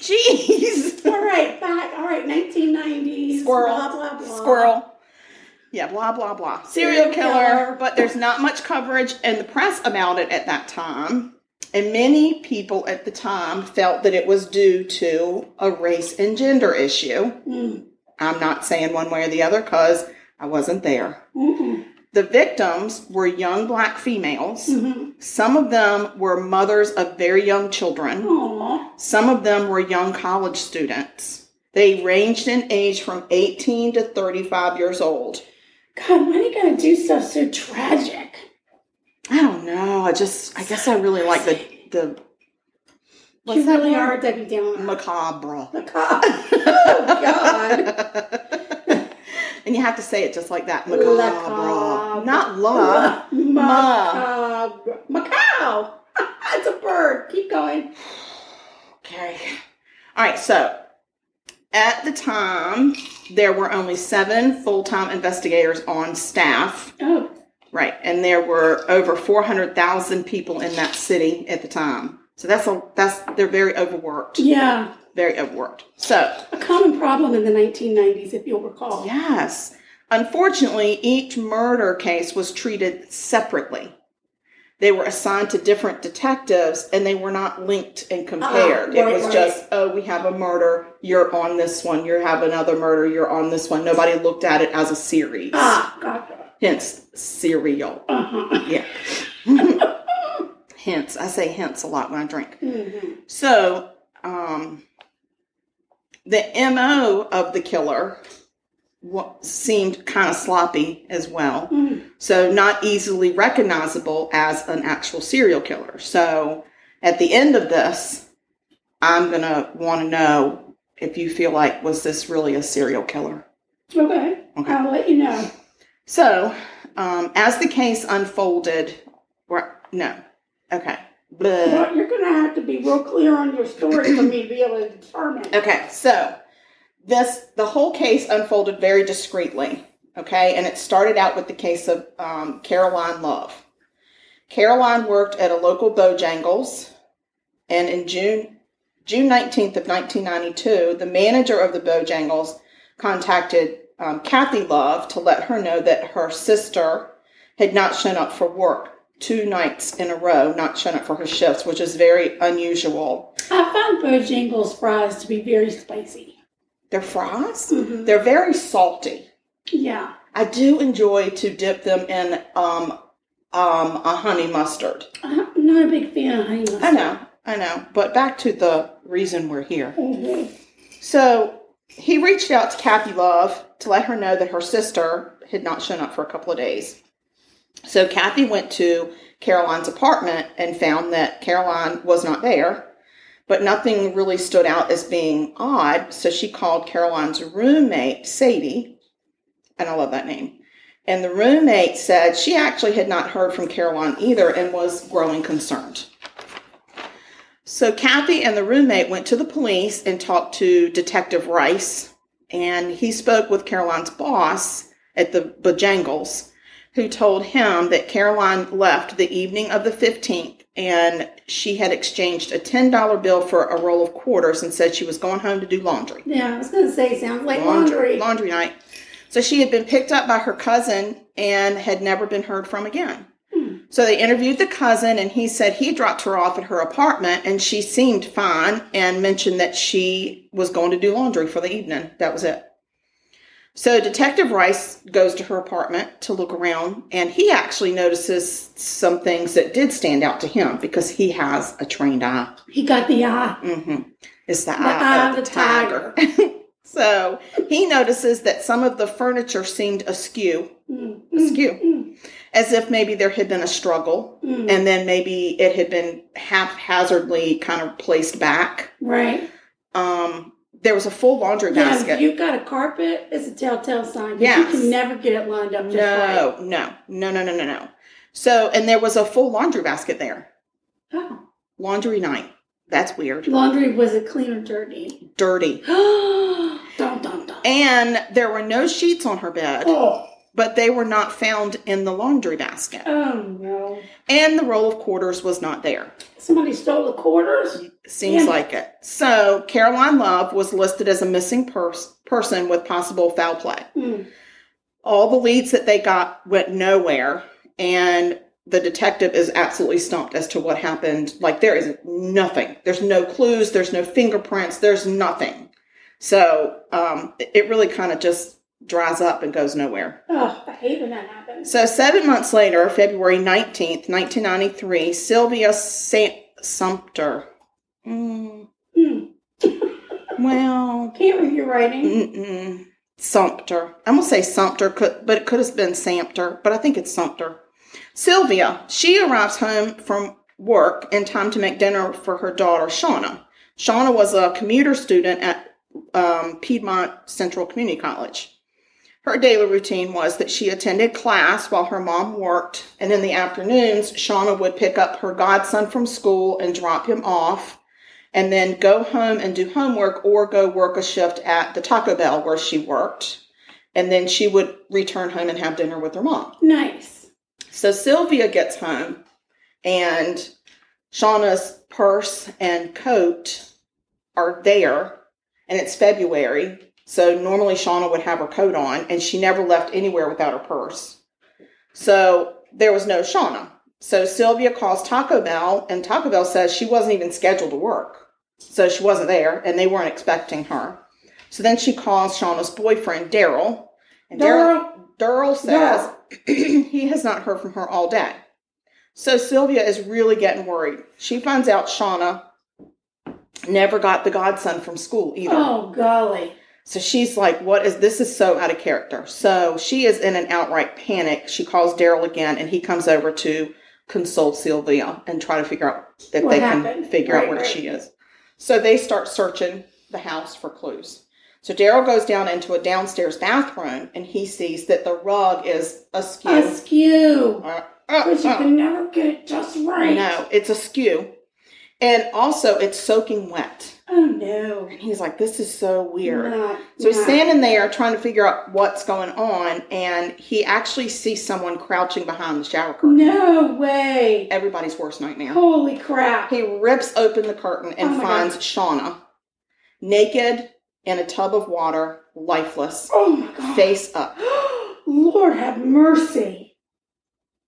Jeez. All right, back. All right, 1990s. Squirrel. Blah blah blah. Squirrel. Yeah, blah, blah, blah. Serial Serial killer, killer. but there's not much coverage in the press about it at that time. And many people at the time felt that it was due to a race and gender issue. Mm, I'm not saying one way or the other because I wasn't there. mm, The victims were young black females. mm, Some of them were mothers of very young children. Aw. Some of them were young college students. They ranged in age from 18 to 35 years old. God, when are you gonna do stuff so tragic? I don't know. I just, I guess I really like the the you really word? are a Debbie Downer. macabre. The cop. oh God. and you have to say it just like that, macabre, Macabre. not la. Oh, Macabre. Macaw. it's a bird. Keep going. Okay. All right. So at the time, there were only seven full time investigators on staff. Oh, Right, and there were over four hundred thousand people in that city at the time. So that's a that's they're very overworked, yeah. very overworked. So A common problem in the 1990s, if you'll recall. yes, unfortunately, each murder case was treated separately. They were assigned to different detectives, and they were not linked and compared. Uh-huh. right, it was right. just, oh, we have a murder, you're on this one. You have another murder, you're on this one. Nobody looked at it as a series, Ah, gotcha. hence serial. Uh-huh. Yeah. hence, I say hence a lot when I drink. hmm So, um, the MO of the killer wa- seemed kind of sloppy as well. Mm. So, not easily recognizable as an actual serial killer. So, at the end of this, I'm going to want to know if you feel like, was this really a serial killer? Okay. Uh, Okay. I'll let you know. So, um, as the case unfolded, or, no, okay. Blah. Well, you're going to have to be real clear on your story for me to be able to determine. Okay, so this the whole case unfolded very discreetly. Okay, and it started out with the case of um, Caroline Love. Caroline worked at a local Bojangles, and in June June nineteenth of nineteen ninety two, the manager of the Bojangles contacted um, Kathy Love to let her know that her sister had not shown up for work two nights in a row, not shown up for her shifts, which is very unusual. I find Bojangles fries to be very spicy. Their fries. hmm They're very salty. Yeah. I do enjoy to dip them in um, um, a honey mustard. I'm not a big fan of honey I mustard. know, I know. But back to the reason we're here. Mhm. So he reached out to Kathy Love to let her know that her sister had not shown up for a couple of days. So Kathy went to Caroline's apartment and found that Caroline was not there, but nothing really stood out as being odd. So she called Caroline's roommate, Sadie, and I love that name. And the roommate said she actually had not heard from Caroline either and was growing concerned. So Kathy and the roommate went to the police and talked to Detective Rice, and he spoke with Caroline's boss at the Bojangles, who told him that Caroline left the evening of the 15th and she had exchanged a $10 bill for a roll of quarters and said she was going home to do laundry. Yeah, I was going to say, sounds like laundry. Laundry night. So she had been picked up by her cousin and had never been heard from again. So they interviewed the cousin, and he said he dropped her off at her apartment, and she seemed fine and mentioned that she was going to do laundry for the evening. That was it. So Detective Rice goes to her apartment to look around, and he actually notices some things that did stand out to him because he has a trained eye. He got the eye. hmm It's the, The eye, eye of the, tiger. so he notices that some of the furniture seemed askew, Mm, mm, askew, mm, as if maybe there had been a struggle, mm. and then maybe it had been haphazardly kind of placed back. Right. Um, there was a full laundry Yeah, if basket. you've got a carpet, it's a telltale sign. 'cause Yes. You can never get it lined up just right. no, no, no, no, no, no, no. So, and there was a full laundry basket there. Oh. Laundry night. That's weird. Laundry was a clean or dirty. Dirty. dun, dun, dun. And there were no sheets on her bed. Oh. but they were not found in the laundry basket. oh, no. And the roll of quarters was not there. Somebody stole the quarters? Seems Yeah. like it. So Caroline Love was listed as a missing pers- person with possible foul play. Mm, All the leads that they got went nowhere, and the detective is absolutely stumped as to what happened. Like, there is nothing. There's no clues, there's no fingerprints, there's nothing. So um, it- it really kind of just dries up and goes nowhere. Oh, I hate when that happens. So, seven months later, February 19th, 1993, Sylvia Sam- Sumter. Mm, Mm, well, can't read your writing. Mm. mm-mm. Sumter. I'm going to say Sumter, could, but it could have been Samter, but I think it's Sumter. Sylvia, she arrives home from work in time to make dinner for her daughter, Shauna. Shauna was a commuter student at um, Piedmont Central Community College. Her daily routine was that she attended class while her mom worked, and in the afternoons, Shauna would pick up her godson from school and drop him off, and then go home and do homework or go work a shift at the Taco Bell where she worked. And then she would return home and have dinner with her mom. Nice. So Sylvia gets home, and Shauna's purse and coat are there, and it's February. So normally Shauna would have her coat on, and she never left anywhere without her purse. So there was no Shauna. So Sylvia calls Taco Bell, and Taco Bell says she wasn't even scheduled to work. So she wasn't there, and they weren't expecting her. So then she calls Shauna's boyfriend, Daryl. And Daryl Daryl says he has not heard from her all day. So Sylvia is really getting worried. She finds out Shauna never got the godson from school either. Oh, golly. So she's like, what is this is so out of character. So she is in an outright panic. She calls Daryl again and he comes over to console Sylvia and try to figure out if What they can happened? figure out Right, where right. she is. So they start searching the house for clues. So Daryl goes down into a downstairs bathroom and he sees that the rug is askew. Askew. Uh, uh, Because you uh. can never get it just right. No, it's askew. And also, it's soaking wet. Oh, no. And he's like, this is so weird. Not- So he's not- standing there trying to figure out what's going on, and he actually sees someone crouching behind the shower curtain. No way. Everybody's worst nightmare. Holy crap. He rips open the curtain and Oh my finds Shauna naked in a tub of water, lifeless, Oh, my God. face up. Lord have mercy.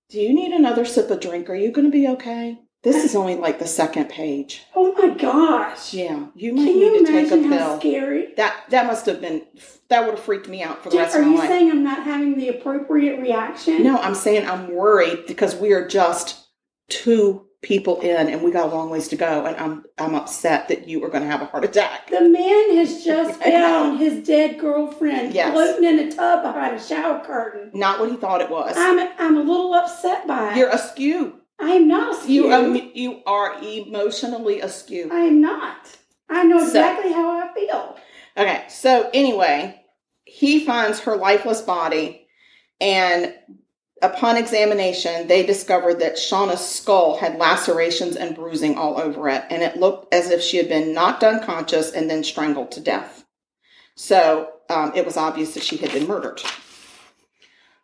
Do you need another sip of drink? Are you going to be okay? This is only like the second page. Oh, my gosh. Yeah, you might Can need you to take a imagine pill. how scary? That that must have been that would have freaked me out for the Dude, rest are of you my life. saying I'm not having the appropriate reaction? No, I'm saying I'm worried because we are just two people in, and we got a long ways to go. And I'm I'm upset that you are going to have a heart attack. The man has just I know. found his dead girlfriend Yes. floating in a tub behind a shower curtain. Not what he thought it was. I'm I'm a little upset by it. You're askew. I am not askew. You um, you are emotionally askew. I am not. I know So- exactly how I feel. Okay, so anyway, he finds her lifeless body, and upon examination, they discovered that Shauna's skull had lacerations and bruising all over it, and it looked as if she had been knocked unconscious and then strangled to death. So um, it was obvious that she had been murdered.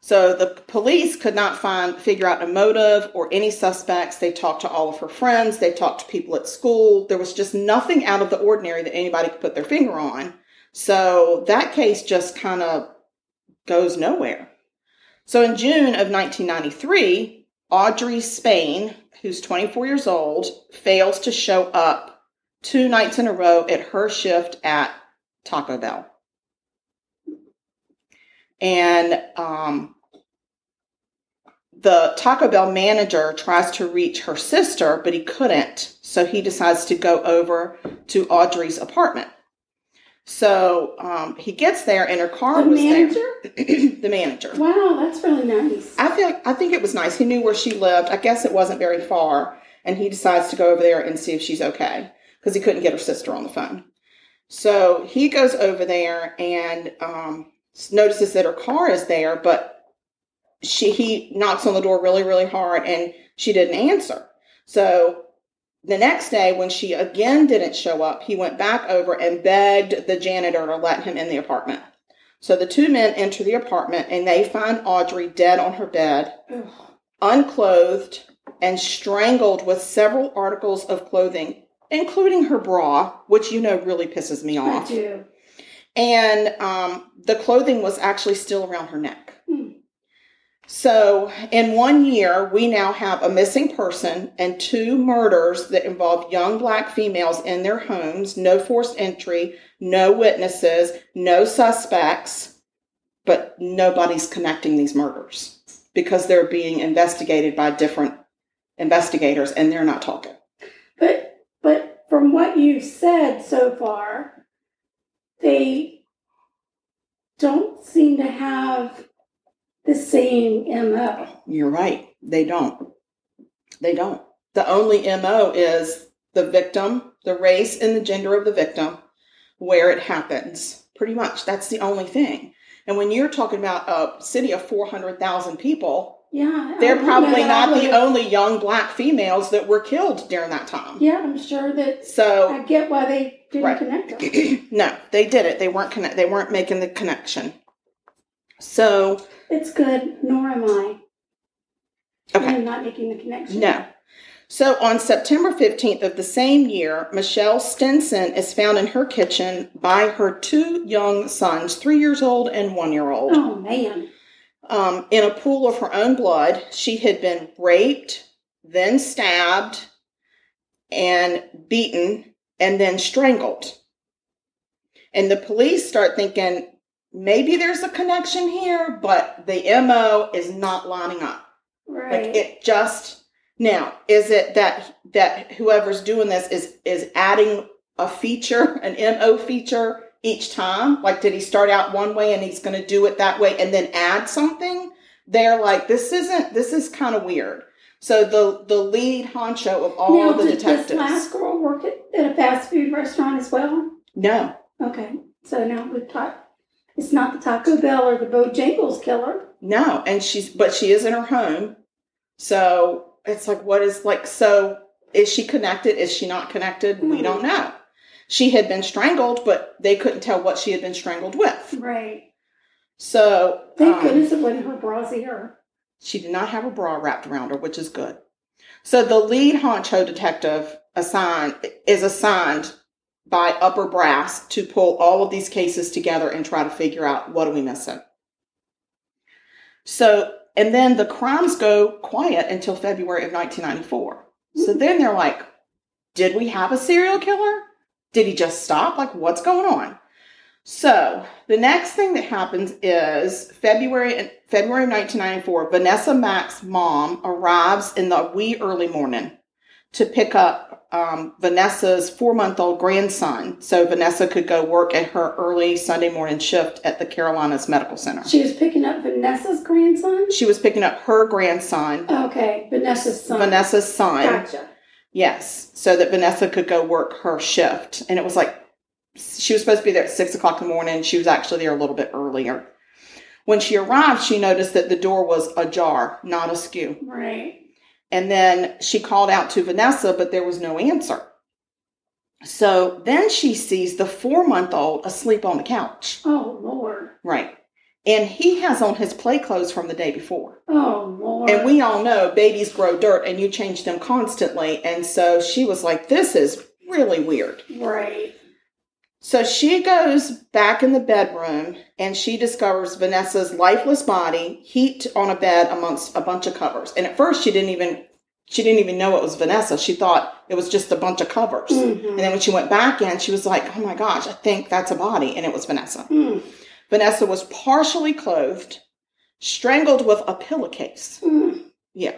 So the police could not find figure out a motive or any suspects. They talked to all of her friends, they talked to people at school. There was just nothing out of the ordinary that anybody could put their finger on. So that case just kind of goes nowhere. So in June of 1993, Audrey Spain, who's 24 years old, fails to show up two nights in a row at her shift at Taco Bell. And um, the Taco Bell manager tries to reach her sister, but he couldn't. So he decides to go over to Audrey's apartment. So um, he gets there, and her car the was there. manager? the manager. Wow, that's really nice. I feel I think it was nice. He knew where she lived. I guess it wasn't very far, and he decides to go over there and see if she's okay because he couldn't get her sister on the phone. So he goes over there and um, notices that her car is there, but she he knocks on the door really really hard, and she didn't answer. So the next day, when she again didn't show up, he went back over and begged the janitor to let him in the apartment. So the two men enter the apartment and they find Audrey dead on her bed, Ugh. unclothed and strangled with several articles of clothing, including her bra, which you know really pisses me I off. do. And um, the clothing was actually still around her neck. Hmm. So, in one year, we now have a missing person and two murders that involve young black females in their homes, no forced entry, no witnesses, no suspects, but nobody's connecting these murders because they're being investigated by different investigators and they're not talking. But but from what you've said so far, they don't seem to have the same MO. You're right. They don't. They don't. The only MO is the victim, the race and the gender of the victim, where it happens. Pretty much. That's the only thing. And when you're talking about a city of 400,000 people, Yeah. I they're don't know probably Oh, that not I the would- only young black females that were killed during that time. Yeah, I'm sure that So I get why they didn't Right. connect them. no, they did it. They weren't connect they weren't making the connection. So, It's good, nor am I. okay. I'm not making the connection. No. So on September 15th of the same year, Michelle Stinson is found in her kitchen by her two young sons, three years old and one year old. Oh man. Um, in a pool of her own blood, she had been raped, then stabbed, and beaten, and then strangled. And the police start thinking maybe there's a connection here, but the MO is not lining up. Right. Like it just now is it that that whoever's doing this is is adding a feature, an MO feature each time? Like did he start out one way and he's going to do it that way and then add something? They're like this isn't this is kind of weird. So the the lead honcho of all now, the did detectives. this last girl work at, at a fast food restaurant as well? no. Okay, so now we've taught it's not the Taco Bell or the Bojangles killer. No, and she's but she is in her home. So it's like what is like so is she connected? Is she not connected? We Mhm. don't know. She had been strangled, but they couldn't tell what she had been strangled with. Right. So Thank um, goodness it wasn't her bra's ear. she did not have a bra wrapped around her, which is good. So the lead honcho detective assigned is assigned by upper brass to pull all of these cases together and try to figure out what are we missing. So and then the crimes go quiet until February of 1994. So then they're like, did we have a serial killer? Did he just stop? Like what's going on? So the next thing that happens is February February 1994. Vanessa Mack's mom arrives in the wee early morning. to pick up um, Vanessa's four month old grandson so Vanessa could go work at her early Sunday morning shift at the Carolinas Medical Center. She was picking up Vanessa's grandson. She was picking up her grandson, Okay, Vanessa's son. Vanessa's son. Gotcha. Yes, so that Vanessa could go work her shift. And it was like she was supposed to be there at six o'clock in the morning. She was actually there a little bit earlier. When she arrived, she noticed that the door was ajar, not askew. Right. And then she called out to Vanessa, but there was no answer. So then she sees the four month old asleep on the couch. Oh Lord. Right. And he has on his play clothes from the day before. Oh Lord. And we all know babies grow dirt and you change them constantly. And so she was like, this is really weird. Right. So she goes back in the bedroom and she discovers Vanessa's lifeless body heaped on a bed amongst a bunch of covers. And at first she didn't even she didn't even know it was Vanessa. She thought it was just a bunch of covers. And Mhm. then when she went back in, she was like, "Oh my gosh, I think that's a body." And it was Vanessa. Mm. Vanessa was partially clothed, strangled with a pillowcase. Mm. Yeah.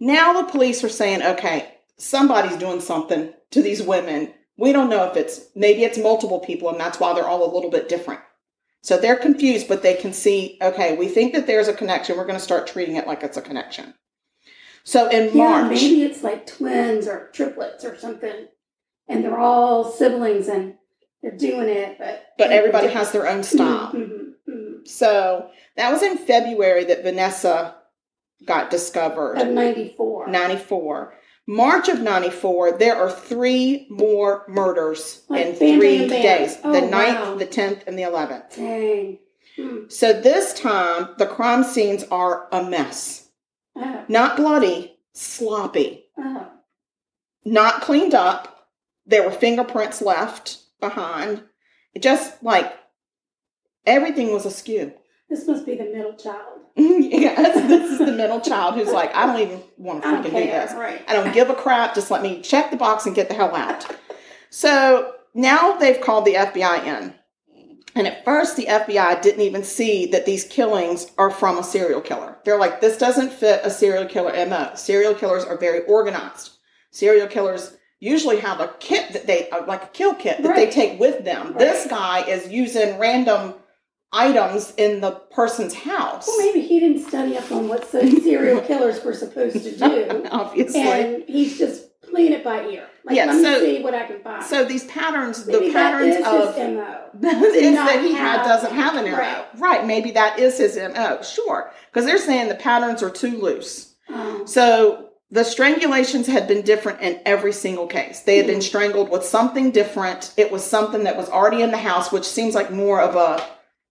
Now the police are saying, okay, somebody's doing something to these women. We don't know if it's maybe it's multiple people, and that's why they're all a little bit different. So they're confused, but they can see, okay, we think that there's a connection. We're going to start treating it like it's a connection. So in Yeah, March, maybe it's like twins or triplets or something, and they're all siblings and they're doing it, but but everybody has their own style. Mhm, mhm, So that was in February that Vanessa got discovered. mhm. Of '94. 94. March of 94, there are three more murders Like in bam, three bam, bam. days Oh, the 9th, wow. the 10th, and the 11th. Dang. Mm. So this time, the crime scenes are a mess. Oh, Not bloody, sloppy, oh. not cleaned up. There were fingerprints left behind. It just like everything was askew. This must be the middle child. yes, this is the middle child who's like, I don't even want to I don't freaking do care. this. Right. I don't give a crap. Just let me check the box and get the hell out. So now they've called the FBI in. And at first, the FBI didn't even see that these killings are from a serial killer. They're like, this doesn't fit a serial killer MO. Serial killers are very organized. Serial killers usually have a kit that they, uh, like a kill kit that they Right. take with them. Right. This guy is using random items in the person's house. Well, maybe he didn't study up on what some serial killers were supposed to do, Obviously. and he's just playing it by ear. Like, Yeah, let me so- see what I can find. So these patterns, maybe the patterns that is of his mo. is not that he had have- doesn't have an MO. Right. Right. Maybe that is his MO. Sure. Because they're saying the patterns are too loose. Oh, So the strangulations had been different in every single case. They had been strangled with something different. It was something that was already in the house, which seems like more of a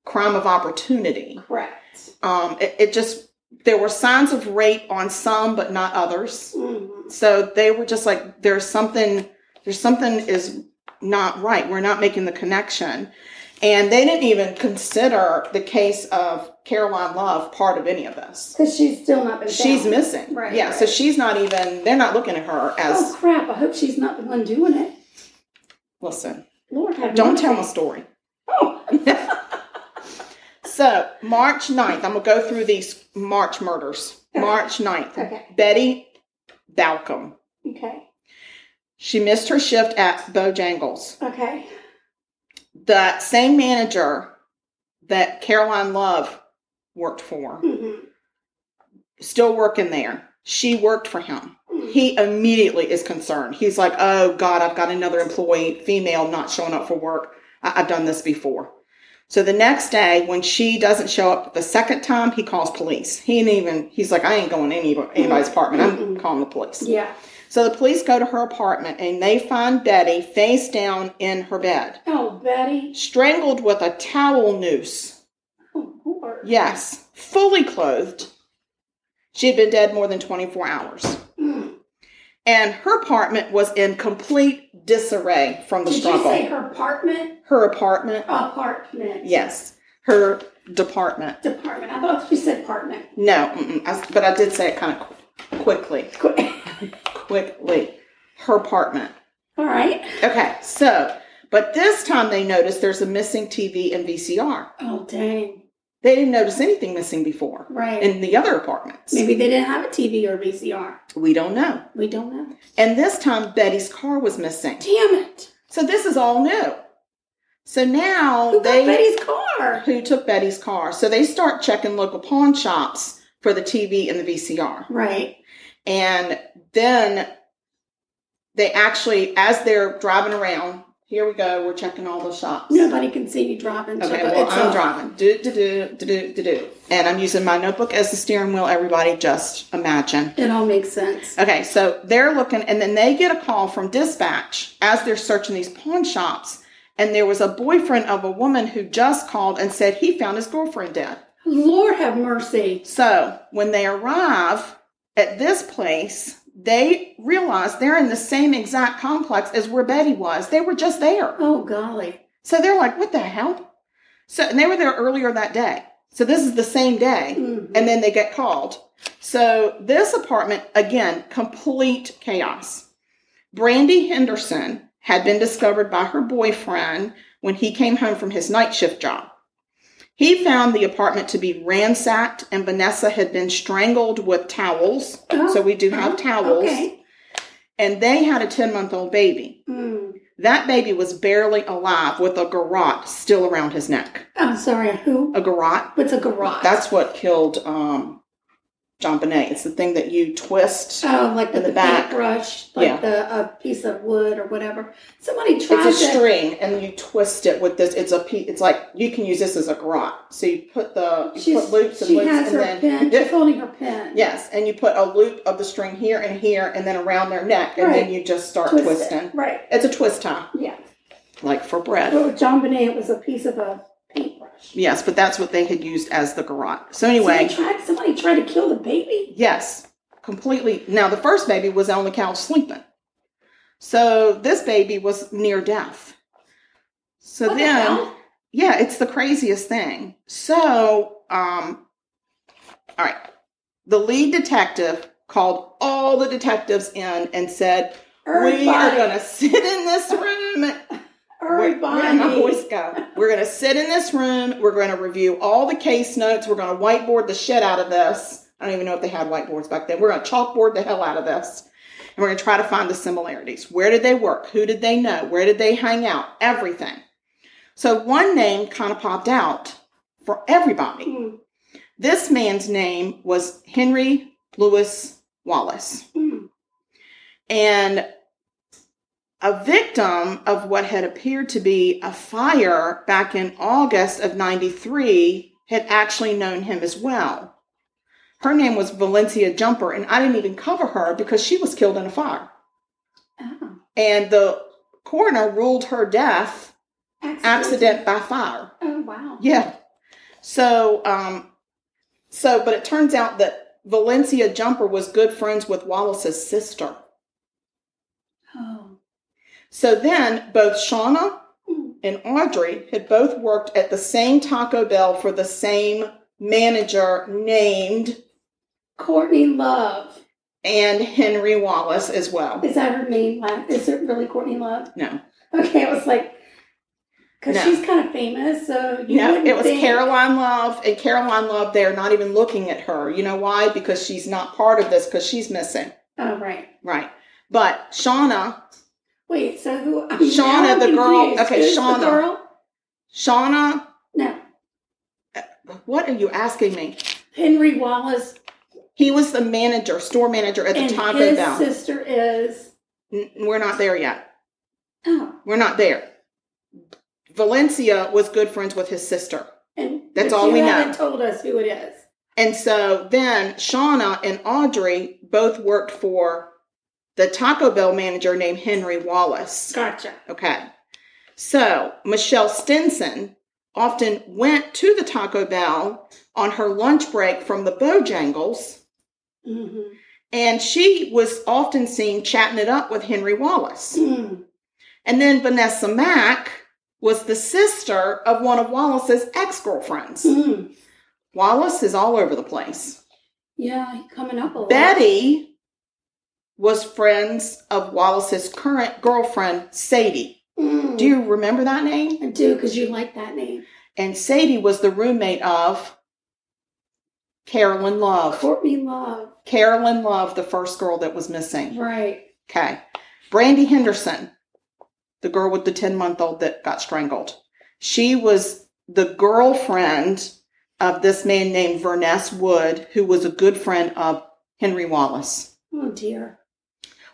crime of opportunity. correct. Um, it, it just, there were signs of rape on some, but not others. Mhm. So they were just like, there's something, there's something is not right. We're not making the connection. And they didn't even consider the case of Caroline Love part of any of this. Because she's still not been She's found. missing. Right, Yeah. So right. she's not even, they're not looking at her as, Oh crap! I hope she's not the one doing it. listen, Lord have don't mercy. tell my story. Oh, So March 9th, I'm going to go through these March murders. Okay. March 9th, Okay. Betty Balcom. okay, She missed her shift at Bojangles. okay. the same manager that Caroline Love worked for, Mhm. still working there. She worked for him. Mm. He immediately is concerned. He's like, oh God, I've got another employee, female, not showing up for work. I- I've done this before. So the next day, when she doesn't show up the second time, he calls police. He ain't even, he's like, I ain't going to any- anybody's apartment. I'm Mm-mm. calling the police. Yeah. So the police go to her apartment and they find Betty face down in her bed, Oh, Betty. strangled with a towel noose. Oh Lord. Yes, fully clothed. She had been dead more than 24 hours. Mm. And her apartment was in complete disarray from the Did you struggle. say her apartment? her apartment? Apartment. Yes, her department. Department. I thought you said apartment. No, mm-mm, I, but I did say it kind of quickly. Quick. Quickly. Her apartment. All right. Okay, so, but this time they noticed there's a missing TV and VCR. Oh dang. They didn't notice anything missing before Right. in the other apartments. Maybe they didn't have a TV or VCR. We don't know. We don't know. And this time, Betty's car was missing. Damn it! So this is all new. So now Who they got Betty's car? who took Betty's car. So they start checking local pawn shops for the TV and the VCR. Right. And then they actually, as they're driving around, here we go, we're checking all the shops. Nobody can see you driving. so Okay, it's uh, well, I'm a- driving. Do, do, do, do, do, do, do. And I'm using my notebook as the steering wheel, everybody, just imagine. It all makes sense. Okay, so they're looking, and then they get a call from dispatch as they're searching these pawn shops. And there was a boyfriend of a woman who just called and said he found his girlfriend dead. Lord have mercy. So when they arrive at this place, they realize they're in the same exact complex as where Betty was. They were just there. Oh golly. So they're like, what the hell? So and they were there earlier that day. So this is the same day. Mhm. And then they get called. So this apartment, again, complete chaos. Brandy Henderson had been discovered by her boyfriend when he came home from his night shift job. He found the apartment to be ransacked, and Vanessa had been strangled with towels. Oh, so we do have towels. Okay. And they had a 10 month old baby. Mm. That baby was barely alive with a garrote still around his neck. I'm sorry. Who? A garrote What's a garage? that's what killed um, John Bonet. It's the thing that you twist. Oh, like the, in the the back. paintbrush, like Yeah. the a piece of wood or whatever. Somebody tried It's a to. string, and you twist it with this. It's a. pe- It's like you can use this as a garrote. So you put the you She's, put loops and she loops, has and her then pen. Yeah, She's holding her pen. yes, and you put a loop of the string here and here, and then around their neck, and Right. then you just start Twist it. twisting. Right. It's a twist tie, Yeah. like for bread. Well, with John Bonet, it was a piece of a paintbrush. Yes, but that's what they had used as the garrote. So anyway, Somebody tried, somebody tried to kill the baby? Yes, completely. Now, the first baby was on the couch sleeping. So this baby was near death. So What the then, hell? yeah, it's the craziest thing. So, um, all right, the lead detective called all the detectives in and said, We are Everybody- going to sit in this room where, where everybody. did my voice go? We're going to sit in this room. We're going to review all the case notes. We're going to whiteboard the shit out of this. I don't even know if they had whiteboards back then. We're going to chalkboard the hell out of this. And we're going to try to find the similarities. Where did they work? Who did they know? Where did they hang out? Everything. So one name kind of popped out for everybody. Mm, This man's name was Henry Lewis Wallace mm. and a victim of what had appeared to be a fire back in August of 93 had actually known him as well. Her name was Valencia Jumper, and I didn't even cover her because she was killed in a fire. Oh, And the coroner ruled her death accident. accident by fire. Oh, wow. Yeah. So, um, so, but it turns out that Valencia Jumper was good friends with Wallace's sister. Oh. So then both Shauna Mm. and Audrey had both worked at the same Taco Bell for the same manager named Courtney Love. and Henry Wallace as well. Is that her name? Like, Is it really Courtney Love? No. Okay, I was like, because No. she's kind of famous, so you No, wouldn't it was think- Caroline Love and Caroline Love they're not even looking at her. You know why? Because she's not part of this because she's missing. Oh, right. Right. But Shauna, Wait, so who? i Shauna, now I'm the girl- confused. okay, Who's the Shauna. girl? Shauna, No, what are you asking me? Henry Wallace He was the manager, store manager at the and Taco his Bell. sister is. N- we're not there yet. Oh, We're not there. Valencia was good friends with his sister. and That's but all you we know. haven't told us who it is. And so then Shauna and Audrey both worked for the Taco Bell manager named Henry Wallace. Gotcha. Okay. So Michelle Stinson often went to the Taco Bell on her lunch break from the Bojangles, Mm-hmm. and she was often seen chatting it up with Henry Wallace. Mm. And then Vanessa Mack was the sister of one of Wallace's ex girlfriends. Mm. Wallace is all over the place. Yeah, he coming up a lot. Betty was friends of Wallace's current girlfriend, Sadie. Mm. Do you remember that name? I do because you like that name. And Sadie was the roommate of Carolyn Love. Courtney Love. Carolyn Love, the first girl that was missing. Right. Okay. Brandy Henderson, the girl with the 10 month old that got strangled. She was the girlfriend of this man named Verness Wood, who was a good friend of Henry Wallace. Oh dear.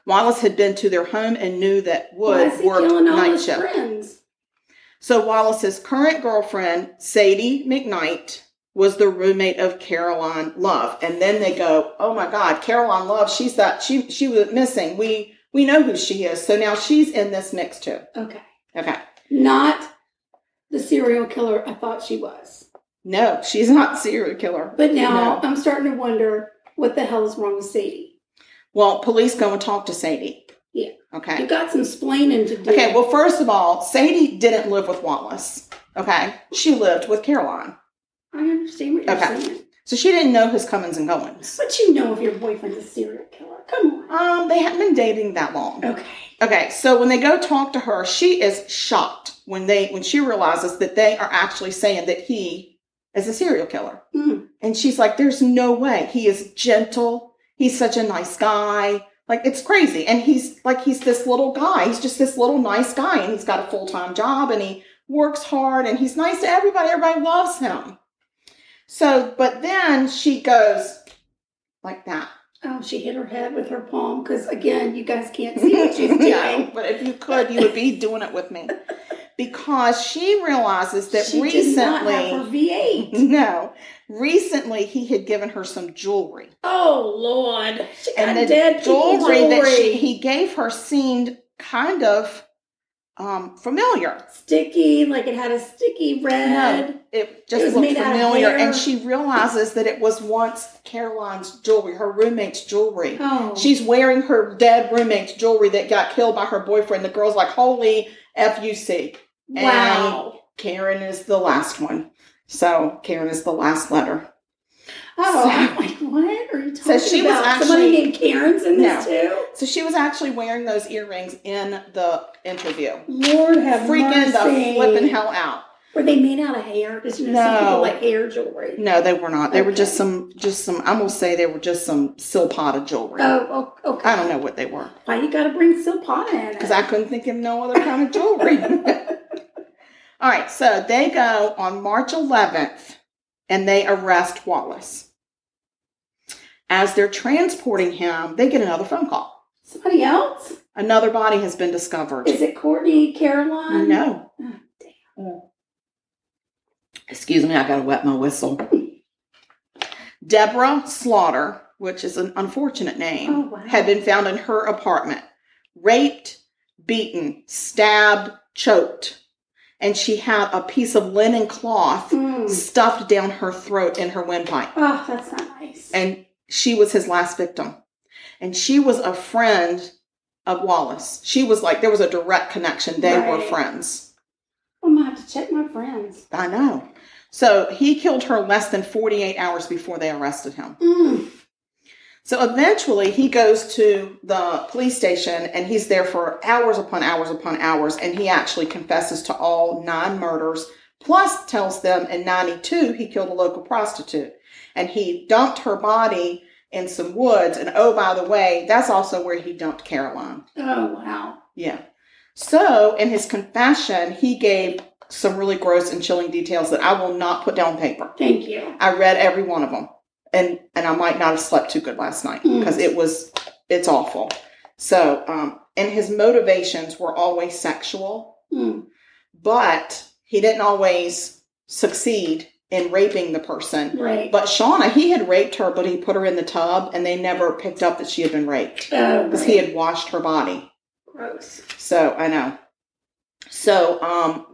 Wallace had been to their home and knew that Why Wood is he worked killing all night his shift. friends? So Wallace's current girlfriend, Sadie McKnight, was the roommate of Caroline Love. And then they go, "Oh my God, Caroline Love! She's that she she was missing. We we know who she is. So now she's in this mix too." Okay. Okay, Not the serial killer I thought she was. no, she's not serial killer. But now No. I'm starting to wonder what the hell is wrong with Sadie. well, police go and talk to Sadie. Yeah. Okay. You got some splaining to do. Okay. Well, first of all, Sadie didn't live with Wallace. Okay, she lived with Caroline, I understand what you're Okay. saying. so she didn't know his comings and goings. But you know if your boyfriend's a serial killer. Come on. Um, they hadn't been dating that long. Okay. Okay, so when they go talk to her, she is shocked when they when she realizes that they are actually saying that he is a serial killer. Mm. And she's like, There's no way. He is gentle. He's such a nice guy. Like it's crazy. And he's like he's this little guy. He's just this little nice guy and he's got a full-time job and he works hard and he's nice to everybody. Everybody loves him. So, but then she goes like that. Oh, she hit her head with her palm because again, you guys can't see what she's doing. but if you could, you would be doing it with me. Because she realizes that she did not have her recently, V8. no, recently he had given her some jewelry. Oh Lord, she got And the dead people jewelry, that she, jewelry. he gave her seemed kind of um, familiar. sticky, like it had a sticky red. No, it just It was looked made out of familiar. hair. And she realizes that it was once Caroline's jewelry, her roommate's jewelry. Oh, She's wearing her dead roommate's jewelry that got killed by her boyfriend. The girl's like, holy F-U-C. wow. Karen is the last one. So Karen is the last letter. Oh, so- I'm like, what are you So talking she was about? Somebody actually- named Karen's in this So she was actually wearing those earrings in the interview. too. Lord have Freaking mercy. the flipping hell out. Were they made out of hair? Because you know some people No. like hair jewelry. No, they were not. They were Okay. just some just some I'm gonna say they were just some silpata jewelry. Oh, oh, okay. I don't know what they were. Why you gotta bring Silpana in? it? Because I couldn't think of no other kind of jewelry. All right, so they go on March 11th and they arrest Wallace. As they're transporting him, they get another phone call. Somebody else? Another body has been discovered. Is it Courtney Caroline? no. Oh, Excuse me, I gotta wet my whistle. Deborah Slaughter, which is an unfortunate name, Oh, wow. had been found in her apartment, raped, beaten, stabbed, choked, and she had a piece of linen cloth Mm. stuffed down her throat in her windpipe. Oh, that's not nice. And she was his last victim. And she was a friend of Wallace. She was like, there was a direct connection. They were Right. friends. I'm gonna have to check my friends. I know. So he killed her less than 48 hours before they arrested him. Mm. So eventually he goes to the police station and he's there for hours upon hours upon hours and he actually confesses to all nine murders plus tells them in 92 he killed a local prostitute and he dumped her body in some woods and oh by the way that's also where he dumped Caroline. Oh wow. Yeah. So in his confession he gave some really gross and chilling details that I will not put down on paper. Thank you. I read every one of them, and and I might not have slept too good last night Mm. because it was it's awful. So, um, and his motivations were always sexual, Mm. but he didn't always succeed in raping the person. Right. But Shauna, he had raped her, but he put her in the tub, and they never picked up that she had been raped oh, because right. uh, he had washed her body. gross. So I know. So um,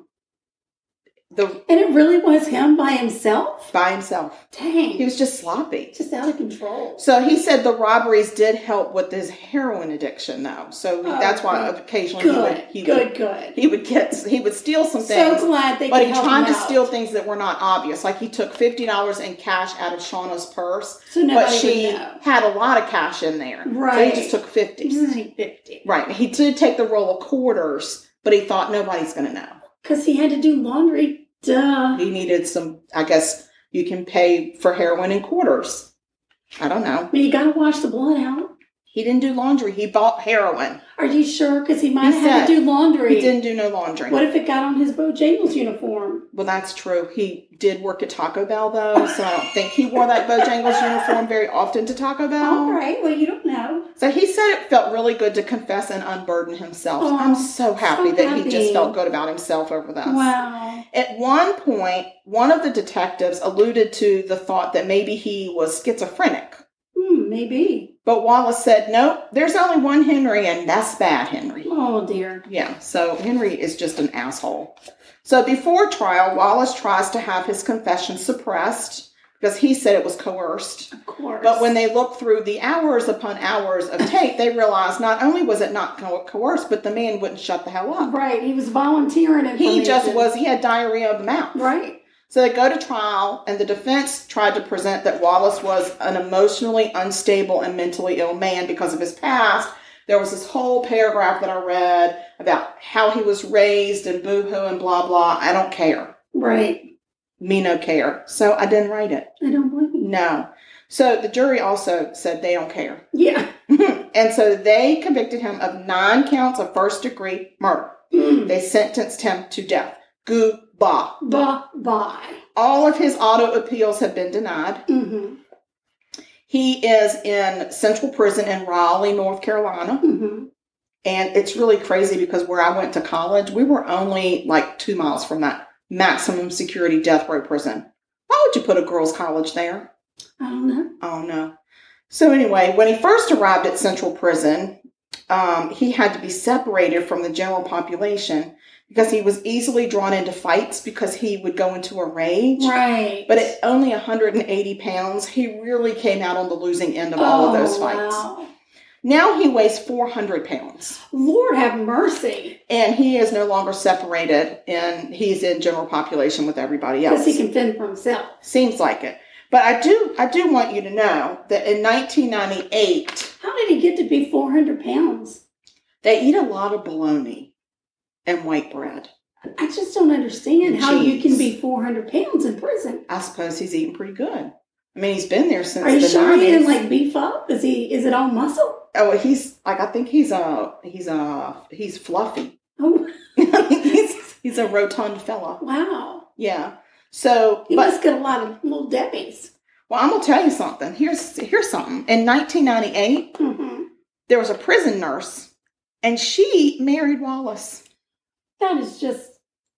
the And it really was him by himself? by himself, Dang. he was just sloppy. just out of control. So he said the robberies did help with his heroin addiction, though. So Oh, that's why good. occasionally he would, Good, he, good, Would, good. he would get he would steal some So things, glad they but could he help tried him to out. steal things that were not obvious. Like he took fifty dollars in cash out of Shauna's purse, so nobody but she would know. had a lot of cash in there, So Right. he just took fifty. He's only 50. Right. He did take the roll of quarters, but he thought nobody's going to know. Because he had to do laundry Duh. He needed some, I guess you can pay for heroin in quarters. I don't know. I mean, you gotta wash the blood out. He didn't do laundry. He bought heroin. Are you sure? Because he might He have had to said do laundry. He didn't do no laundry. What if it got on his Bojangles uniform? Well, that's true. He did work at Taco Bell, though, so I don't think he wore that Bojangles uniform very often to Taco Bell. All right. Well, you don't know. So he said it felt really good to confess and unburden himself. Oh, I'm so happy so that he just happy. felt good about himself over this. Wow. At one point, one of the detectives alluded to the thought that maybe he was schizophrenic. Hmm, maybe. But Wallace said, nope, there's only one Henry, and that's bad, Henry. Oh dear. Yeah, so Henry is just an asshole. So before trial, Wallace tries to have his confession suppressed because he said it was coerced. Of course. But when they look through the hours upon hours of tape, they realize not only was it not co- coerced, but the man wouldn't shut the hell up. right, he was volunteering and He just was, he had diarrhea of the mouth. right. So they go to trial, and the defense tried to present that Wallace was an emotionally unstable and mentally ill man because of his past. There was this whole paragraph that I read about how he was raised and boo hoo and blah blah. I don't care. Right. Me no care. So I didn't write it. I don't believe you. No. So the jury also said they don't care. Yeah. and so they convicted him of nine counts of first degree murder. Mm. They sentenced him to death. Goodbye. Bye bye. All of his auto appeals have been denied. Mm-hmm. He is in Central Prison in Raleigh, North Carolina. Mm-hmm. And it's really crazy because where I went to college, we were only like two miles from that maximum security death row prison. Why would you put a girls' college there? I don't know. Oh no. So, anyway, when he first arrived at Central Prison, um, he had to be separated from the general population because he was easily drawn into fights because he would go into a rage. Right. But at only 180 pounds, he really came out on the losing end of all of those Oh, fights. wow. Now he weighs 400 pounds Lord have mercy. and he is no longer separated and he's in general population with everybody Because else. he can fend for himself. Seems like it. But I do I do want you to know that in 1998 How did he get to be 400 pounds? they eat a lot of bologna and white bread. I just don't understand how you can Jeez. be 400 pounds in prison. I suppose he's eating pretty good. I mean, he's been there since Are you the sure 90s. he didn't like beef up? Is he? Is it all muscle? oh, he's like I think he's a he's a he's fluffy. Oh he's, he's a rotund fella. wow! Yeah. So, He but must get a lot of little debbies. Well, I'm gonna tell you something. Here's here's something. In 1998, hmm there was a prison nurse, and she married Wallace. That is just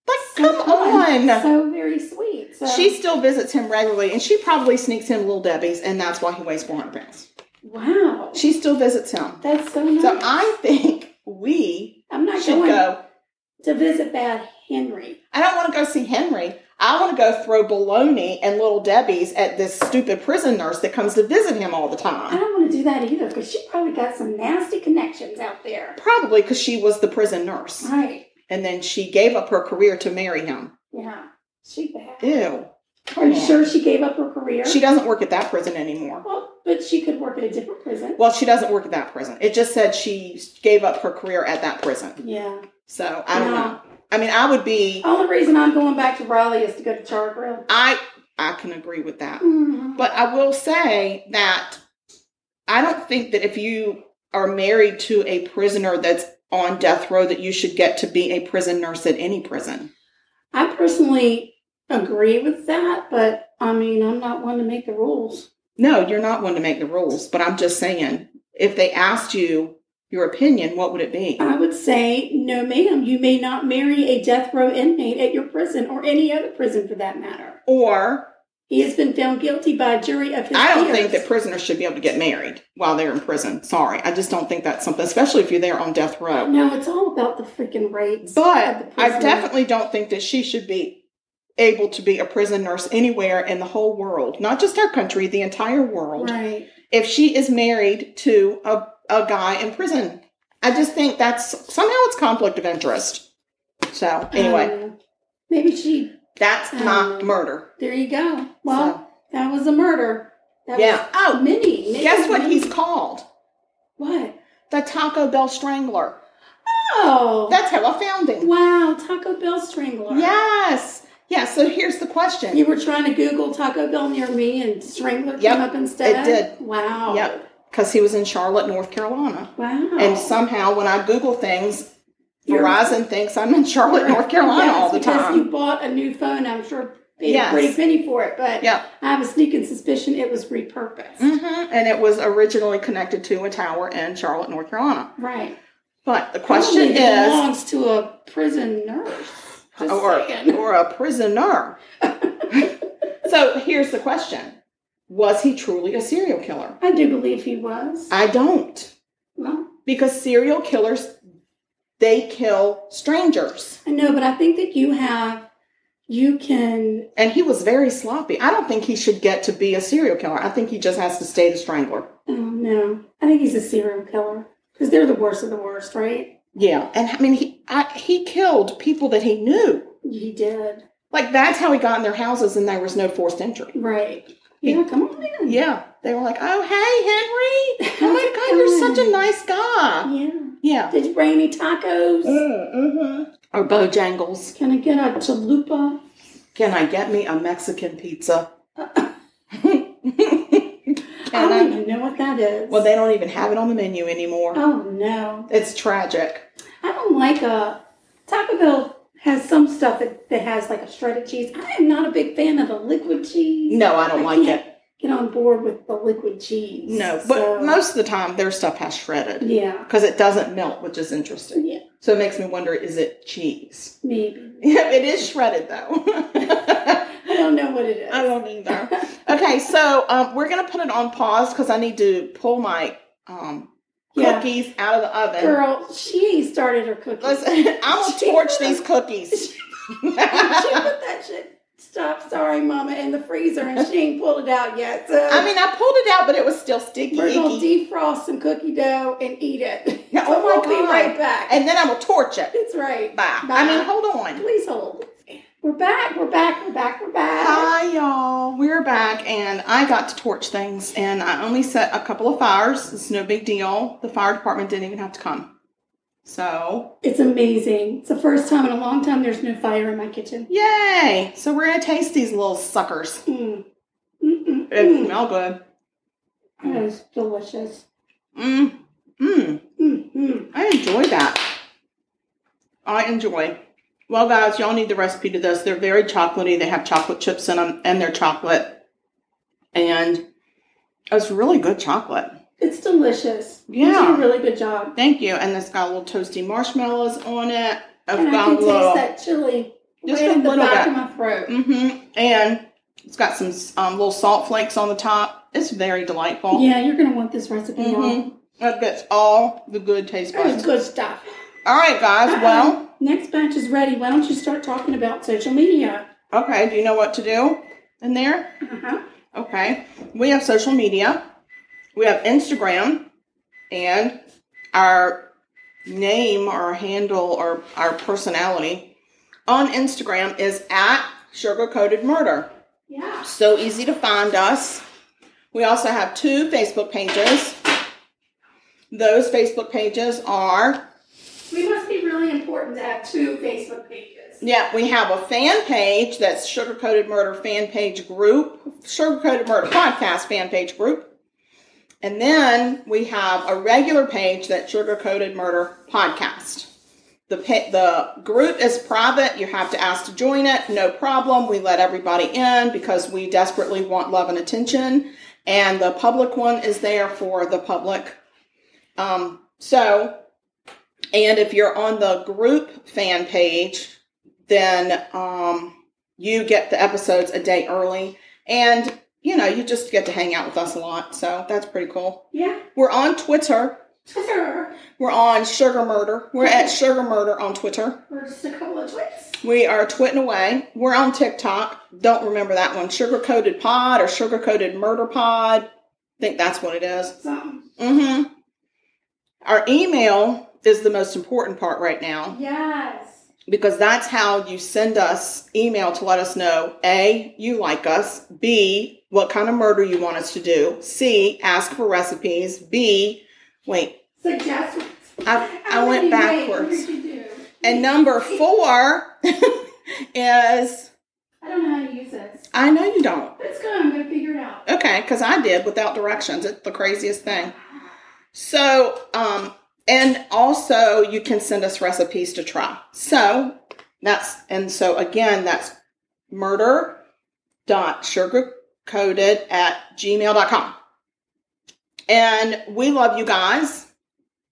Like, so come kind. on. so very sweet. So She still visits him regularly, and she probably sneaks him little debbies, and that's why he weighs 400 pounds. wow. She still visits him. That's so nice. So I think we I'm not should going go. to visit Bad Henry. I don't want to go see Henry. I want to go throw baloney and little debbies at this stupid prison nurse that comes to visit him all the I time. don't want to do that either because she probably got some nasty connections out there. Probably because she was the prison nurse. Right? and then she gave up her career to marry him. Yeah. She bad. Ew. Are you sure she gave up her career? She doesn't work at that prison anymore. Well, but she could work at a different prison. Well, she doesn't work at that prison. It just said she gave up her career at that prison. Yeah. So I don't No. know. I mean, I would be. Only reason I'm going back to Raleigh is to go to Char Grill. I I can agree with that. Mhm. But I will say that I don't think that if you are married to a prisoner that's on death row, that you should get to be a prison nurse at any prison. I personally agree with that, but I mean, I'm not one to make the rules. No, you're not one to make the rules. But I'm just saying, if they asked you your opinion, what would it be? I would say, no, ma'am, you may not marry a death row inmate at your prison or any other prison for that matter. Or He has been found guilty by a jury of his I don't peers. think that prisoners should be able to get married while they're in prison. Sorry, I just don't think that's something, especially if you're there on death row. No, it's all about the freaking rates. of the But I prison. definitely don't think that she should be able to be a prison nurse anywhere in the whole world, not just our country, the entire world, Right. if she is married to a, a guy in prison. I just think that's somehow it's conflict of interest. So, anyway, Um, maybe she. that's my um, murder. There you go. Well, that was a murder. That yeah. Was Oh, many, many. guess what many- he's called? What? The Taco Bell Strangler. Oh. That's how I found him. Wow, Taco Bell Strangler. Yes. Yeah, so here's the question. You were trying to Google Taco Bell near me, and Strangler Yep, came up instead. it Wow. Yep, because he was in Charlotte, North Carolina. Wow. And somehow when I Google things, Oh. You're- Verizon thinks I'm in Charlotte, North Carolina Yes, all the because time. you bought a new phone. I'm sure paid Yes. a pretty penny for it, but Yeah. I have a sneaking suspicion it was repurposed. Mhm, And it was originally connected to a tower in Charlotte, North Carolina. Right. But Oh, the question Probably is, belongs to a prison nurse. Just or, saying. or a prisoner. so here's the question Was he truly a serial killer? I do believe he was. I don't. well, Because serial killers, they kill strangers. I know, but I think that you have, you can. And he was very sloppy. I don't think he should get to be a serial killer. I think he just has to stay the strangler. Oh no, I think he's a serial killer because they're the worst of the worst, right? Yeah, and I mean he I, he killed people that he knew. He did. Like that's how he got in their houses, and there was no forced entry. Right. Yeah. Come on in. Yeah, they were like, "Oh, hey, Henry! Oh my God, you're such a nice guy." Yeah. Yeah. Did you bring any tacos? Mm-hmm. Or Bojangles. Can I get a chalupa? Can I get me a Mexican pizza? I don't and I, even know what that is. well, they don't even have it on the menu anymore. oh no, It's tragic. I don't like a Taco Bell has some stuff that, that has like a shredded cheese. I am not a big fan of the liquid cheese. No, I don't like can't it. Get on board with the liquid cheese. No, but So, most of the time their stuff has shredded yeah, because it doesn't melt, which is interesting. yeah, So it makes me wonder is it cheese? maybe. Yeah, it is shredded though. I don't know what it is. I don't either. Okay, so um, we're going to put it on pause because I need to pull my um, Yeah. cookies out of the oven. Girl, she ain't started her cookies. Listen, I'm going to She torch put these a- cookies. she I put that shit. Stop, sorry, mama, in the freezer, and she ain't pulled it out yet. So mean, I pulled it out, but it was still sticky. we're gonna icky. defrost some cookie dough and eat it. Yeah, So oh my we'll God. be right back. And then I'm going to torch it. That's right. Bye. Bye. I mean, hold on. Please hold. We're back. We're back. We're back. We're back. Hi, y'all. We're back, and I got to torch things, and I only set a couple of fires. It's no big deal. The fire department didn't even have to come. So, It's amazing. It's the first time in a long time there's no fire in my kitchen. yay! So, we're going to taste these little suckers. Mm. Mm-mm. It Mm. smell good. That is delicious. Mm-hmm. Mm. Mm. Mm-mm. I enjoy that. I enjoy. Well, guys, y'all need the recipe to this. They're very chocolatey. They have chocolate chips in them, and they're chocolate. And it's really good chocolate. It's delicious. Yeah. You did a really good job. Thank you. And it's got little toasty marshmallows on it. I've and I got can a little. taste that chili Just right a in the little back bit. of my throat. hmm And it's got some um, little salt flakes on the top. It's very delightful. Yeah, you're gonna want this recipe. hmm y'all. That gets all the good taste That buds. is good stuff. All right, guys. Well. Uh-oh. next batch is ready. Why don't you start talking about social media? Okay, do you know what to do in there? Uh-huh. Okay, we have social media, we have Instagram, and our name or handle or our personality on Instagram is at Sugar Coated Murder. Yeah. So easy to find us. We also have two Facebook pages. Those Facebook pages are We must be really important to have two Facebook pages. Yeah, we have a fan page that's Sugar Coated Murder fan page group, Sugar Coated Murder podcast fan page group. And then we have a regular page that's Sugar Coated Murder podcast. The pa- the group is private. You have to ask to join it. No problem. We let everybody in because we desperately want love and attention. And the public one is there for the public. Um, so, and if you're on the group fan page, then um, you get the episodes a day early. And, you know, you just get to hang out with us a lot. So that's pretty cool. Yeah. We're on Twitter. Twitter. We're on Sugar Murder. We're at Sugar Murder on Twitter. We're just a couple of twits. We are twitting away. We're on TikTok. Don't remember that one. Sugar Coated Pod or Sugar Coated Murder Pod. I think that's what it is. Something. Mm-hmm. Our email is the most important part right now. Yes. because that's how you send us email to let us know a you like us b what kind of murder you want us to do c ask for recipes b wait Suggestions. i, I Oh, went backwards What did you do? and number four is I know you don't. Let's go. I'm going to figure it out. Okay, because I did without directions. It's the craziest thing. So, um, and also you can send us recipes to try. So that's and so again, that's murder dot sugarcoated at gmail.com. And we love you guys.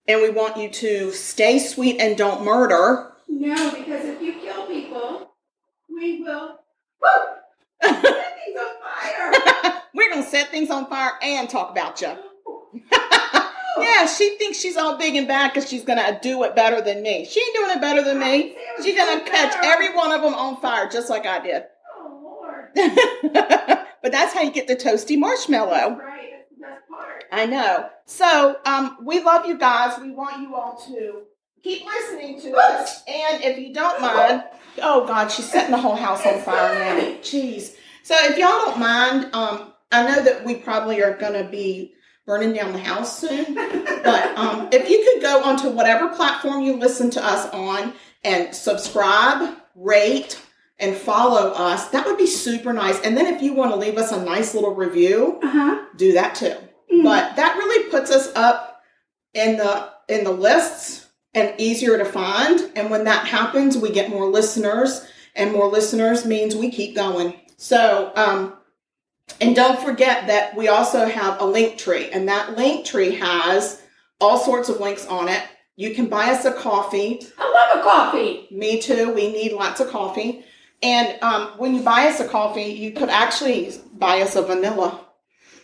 And we want you to stay sweet and don't murder. No, because if you kill people, we will. Woo! Everything's on fire. We're gonna set things on fire and talk about you. No. Yeah, she thinks she's all big and bad because she's gonna do it better than me. She ain't doing it better than me. She's gonna catch every one of them on fire just like I did. Oh, Lord. but that's how you get the toasty marshmallow. Right. That's the best part. I know. So um, we love you guys. We want you all to keep listening to us. And if you don't mind, oh God, she's setting the whole house on fire now. Jeez. So if y'all don't mind, um, I know that we probably are going to be burning down the house soon. But um, if you could go onto whatever platform you listen to us on and subscribe, rate, and follow us, that would be super nice. And then if you want to leave us a nice little review, Uh huh. do that too Mm. but that really puts us up in the in the lists and easier to find and when that happens we get more listeners and more listeners means we keep going so um and don't forget that we also have a link tree and that link tree has all sorts of links on it you can buy us a coffee I love a coffee. me too. We need lots of coffee. And um, when you buy us a coffee, you could actually buy us a vanilla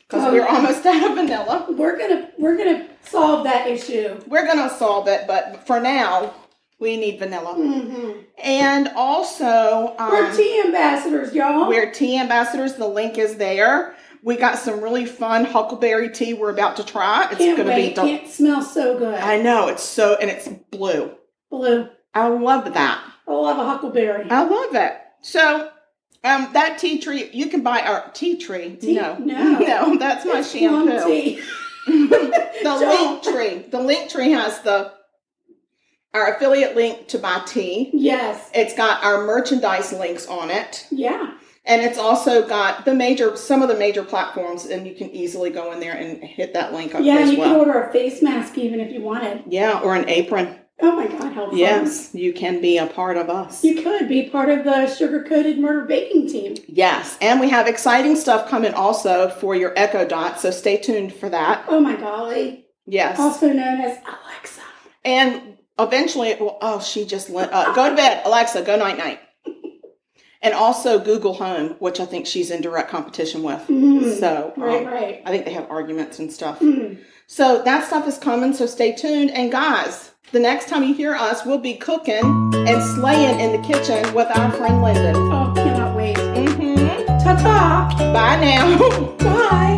because Oh, we're yeah. almost out of vanilla. We're gonna we're gonna solve that issue. We're going to solve it, but for now, we need vanilla. Mm-hmm. And also, um, We're tea ambassadors, y'all. we're tea ambassadors. The link is there. We got some really fun huckleberry tea we're about to try. It's can't going to wait. be del- Can't smell so good. I know. It's so, and it's blue. Blue. I love that. I love a huckleberry. I love it. So, um, that tea tree you can buy our tea tree. Tea- No, no. no, that's my It's plum shampoo. tea. The link tree. The link tree has the our affiliate link to buy tea. Yes. It's got our merchandise links on it, Yeah. and it's also got the major some of the major platforms, and you can easily go in there and hit that link up Yeah. as You well. can order a face mask even if you wanted. yeah, or an apron. Oh my God, helpful. Yes, you can be a part of us. You could be part of the sugar coated murder baking team. Yes, and we have exciting stuff coming also for your Echo Dot, so stay tuned for that. Oh my golly. Yes, Also known as Alexa. and eventually it will. Oh, she just let uh, go to bed, Alexa. Go night night. And also Google Home, which I think she's in direct competition with. Mm. So um, right, right. I think they have arguments and stuff. Mm. So that stuff is coming. So stay tuned. And guys, the next time you hear us, we'll be cooking and slaying in the kitchen with our friend Lyndon. Oh, cannot wait. hmm Ta ta. Bye now. Bye.